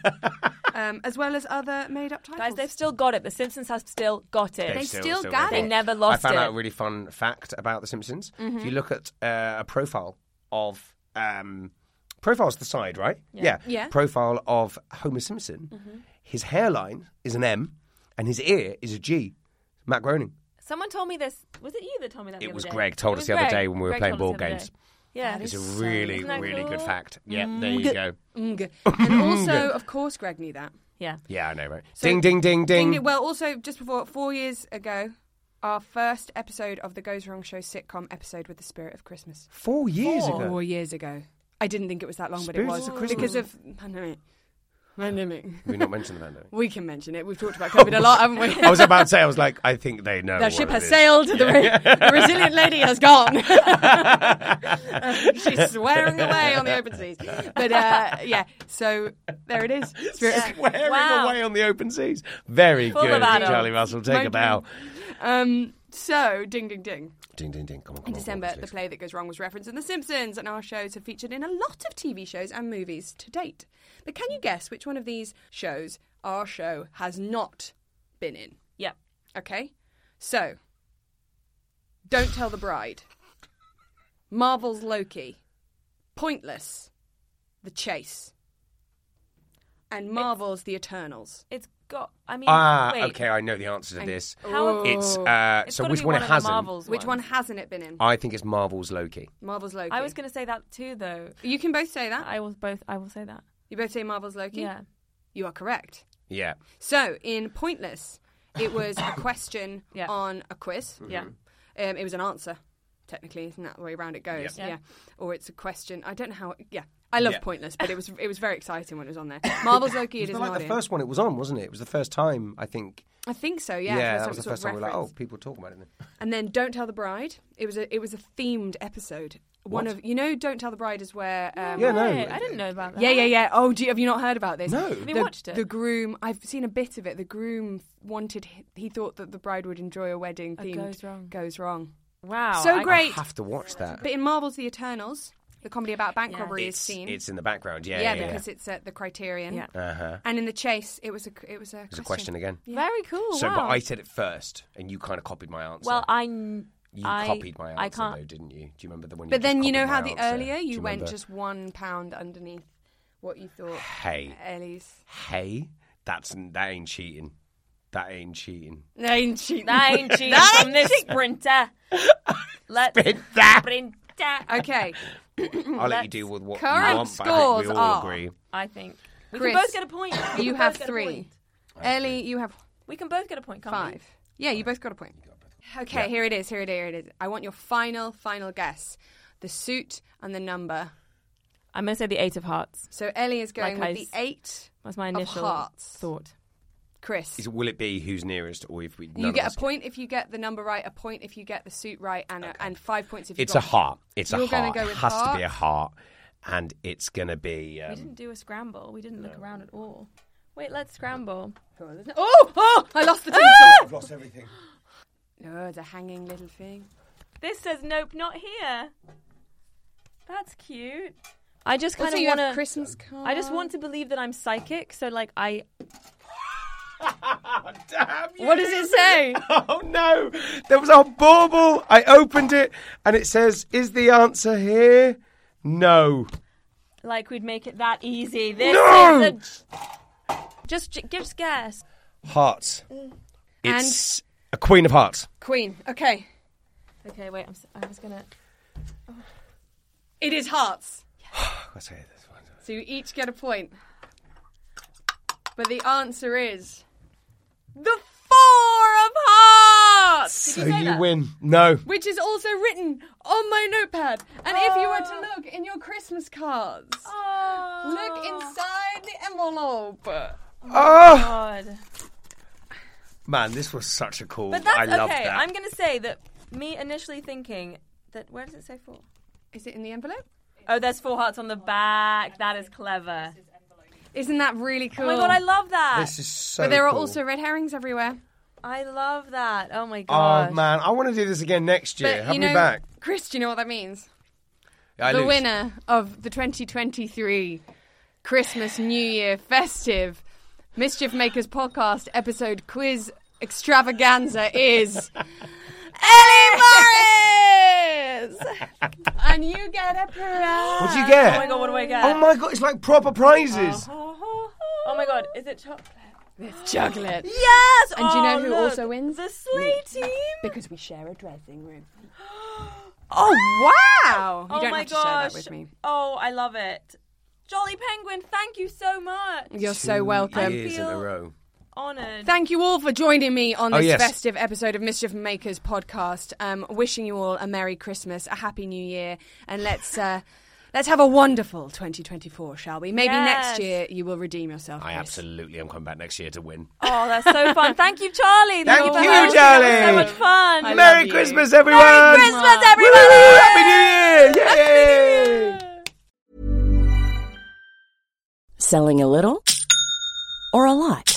um, as well as other made-up titles. Guys, they've still got it. The Simpsons has still got it. They They've still got got it. Mm-hmm. They never I lost found out it. a really fun fact about The Simpsons. If you look at uh, a profile of um, profiles the side, right? Yeah. Yeah. Mm-hmm. Profile of Homer Simpson. His hairline is an M, and his ear is a G. Matt Groening. Someone told me this. Was it you that told me that? It the was other day? Greg told us It was the other Greg. day when we were Greg playing told us board the other games. day. Yeah, That It's is a so really, Isn't that really good cool? fact. Yeah, there you go. Mm. and also, of course, Greg knew that. yeah. Yeah, I know, right? So- ding, ding, ding, ding. Ding, ding. Well, also just before four years ago, our first episode of the Goes Wrong Show sitcom episode with the spirit of Christmas. Four years Four. ago. Four years ago, I didn't think it was that long, but it Spirits was of Christmas. because of pandemic. Pandemic. We're not mentioning that, no. we can mention it. We've talked about COVID a lot, haven't we? I was about to say, I was like, I think they know. The what ship it has is. sailed. The, re- the resilient lady has gone. She's swearing away on the open seas. But uh, yeah, so there it is. Spirit of- swearing Wow. away on the open seas. Very Full of good, adults. Charlie Russell. Take a Mind bow. Um, so ding ding ding. Ding, ding, ding. Come on, come In on, December, what's the this? play that goes wrong was referenced in The Simpsons, and our shows have featured in a lot of TV shows and movies to date. But can you guess which one of these shows our show has not been in? Yep. Okay? So, Don't Tell the Bride, Marvel's Loki, Pointless, The Chase, and Marvel's The Eternals. It's got. I mean, Ah, wait. okay, I know the answer to this. How- It's uh, Oh. It's so gotta which be one it one of the hasn't? Marvels Which one ones. hasn't it been in? I think it's Marvel's Loki. Marvel's Loki. I was going to say that too, though. You can both say that. I will both. I will say that. You both say Marvel's Loki? Yeah. You are correct. Yeah. So in Pointless, it was a question Yeah. on a quiz. Yeah. Um, it was an answer, technically, isn't that the way around it goes? Yeah. Yeah. Or it's a question. I don't know how. Yeah. I love Yeah. Pointless, but it was it was very exciting when it was on there. Marvel's Loki, it It's is not not like the in. first one it was on, wasn't it? It was the first time I think. I think so. Yeah. yeah that's that what was the it sort first of time we were like, oh, referenced. people talk about it. Then. And then Don't Tell the Bride. It was a it was a themed episode. One What? of you know Don't Tell the Bride is where. Um, Yeah, no. Hey, I didn't know about that. Yeah, yeah, yeah. Oh, do you, have you not heard about this? No. Have you the, watched it? The groom. I've seen a bit of it. The groom wanted. He thought that the bride would enjoy a wedding A themed. goes wrong. Goes wrong. Wow. So I- great. I have to watch that. But in Marvel's The Eternals, the comedy about bank Yeah. robbery It's, is seen. it's in the background. Yeah, yeah, yeah, because it's at the Criterion. Yeah. Uh huh. And in the chase, it was a it was a It's a question again. Very cool. So, wow. but I said it first, and you kind of copied my answer. well, I. kn- you I, copied my answer I can't. though, didn't you? Do you remember the one? But just then you copied know my how the answer? earlier Do you, went remember? just one pound underneath what you thought. Hey. Ellie's. Hey, that's that ain't cheating. That ain't cheating. That ain't cheating. That ain't cheating from this sprinter. Let's sprinter. okay. I'll let you deal with what Mm, Current you want. But I think scores we all are- agree. I think we Chris, can both get a point. We can You both have get a three. point. Ellie, you have We can both get a point. Can't five. Yeah, you both got a point. Okay, here it is. Here it is. Here it is. I want your final, final guess. The suit and the number. We? I'm gonna say the eight of hearts. So Ellie is going Like I with s- the eight. That's my Of initial hearts. thought. Chris, Is, will it be who's nearest, or if we? none you of get us a point if you get the number right, a point if you get the suit right, and a, and five points if you. It's a got heart. It's You're a gonna heart. go it with has to be a heart? heart, and it's gonna be. we Um, didn't do a scramble. We didn't look around at all. Wait, let's scramble. Oh, oh! I lost the tinsel. I've lost everything. No, it's a hanging little thing. This says nope, not here. That's cute. I just kind Also, of you want have to. Christmas card. I just want to believe that I'm psychic. So like I. Oh, Damn you! What does it say? Oh no! There was a bauble. I opened it, and it says, "Is the answer here?" No. Like we'd make it that easy. This No! is a, just j- just guess. Hearts. Mm. It's a queen of hearts. Queen. Okay, Okay, wait. I'm, s- I was gonna. it is hearts. I say this one. So you each get a point. But the answer is the four of hearts, So you win. No. which is also written on my notepad. And if you were Ah. to look in your Christmas cards, look inside the envelope. Oh God. man, this was such a cool. But that's I love okay. that. I'm gonna say that me initially thinking that where does it say four? Is it in the envelope? Oh, there's four hearts on the back. That is clever. Isn't that really Oh cool? my god, I love that. This is so. But there are cool. also red herrings everywhere. I love that. Oh my Oh god. man, I want to do this again next year. but Have you me know, back. Chris, do you know what that means? I the lose. winner of the 2023 Christmas New Year Festive Mischief Makers Podcast episode quiz extravaganza is Ellie Morris, and you get a prize. What'd you get? Oh my god, what do I get? Oh my god, it's like proper prizes. Oh my god, is it chocolate? It's chocolate Yes! And do you know Oh, who look, also wins? The sleigh team! because we share a dressing room. Oh wow! You oh don't my have to gosh. share that with me. Oh, I love it. Jolly Penguin, thank you so much. You're so welcome. Years in a feel- row. Honored. Thank you all for joining me on Oh, this yes. festive episode of Mischief Makers podcast. Um, wishing you all a Merry Christmas, a Happy New Year, and let's uh, let's have a wonderful 2024, shall we? Maybe Yes. next year you will redeem yourself. I Chris. absolutely am coming back next year to win. oh, that's so fun. Thank you, Charlie. Thank for you, hosting. That Charlie. was so much fun. I love Merry you. Christmas, everyone! Christmas, Woo! Happy everybody! New Year! Yay! Selling a little or a lot?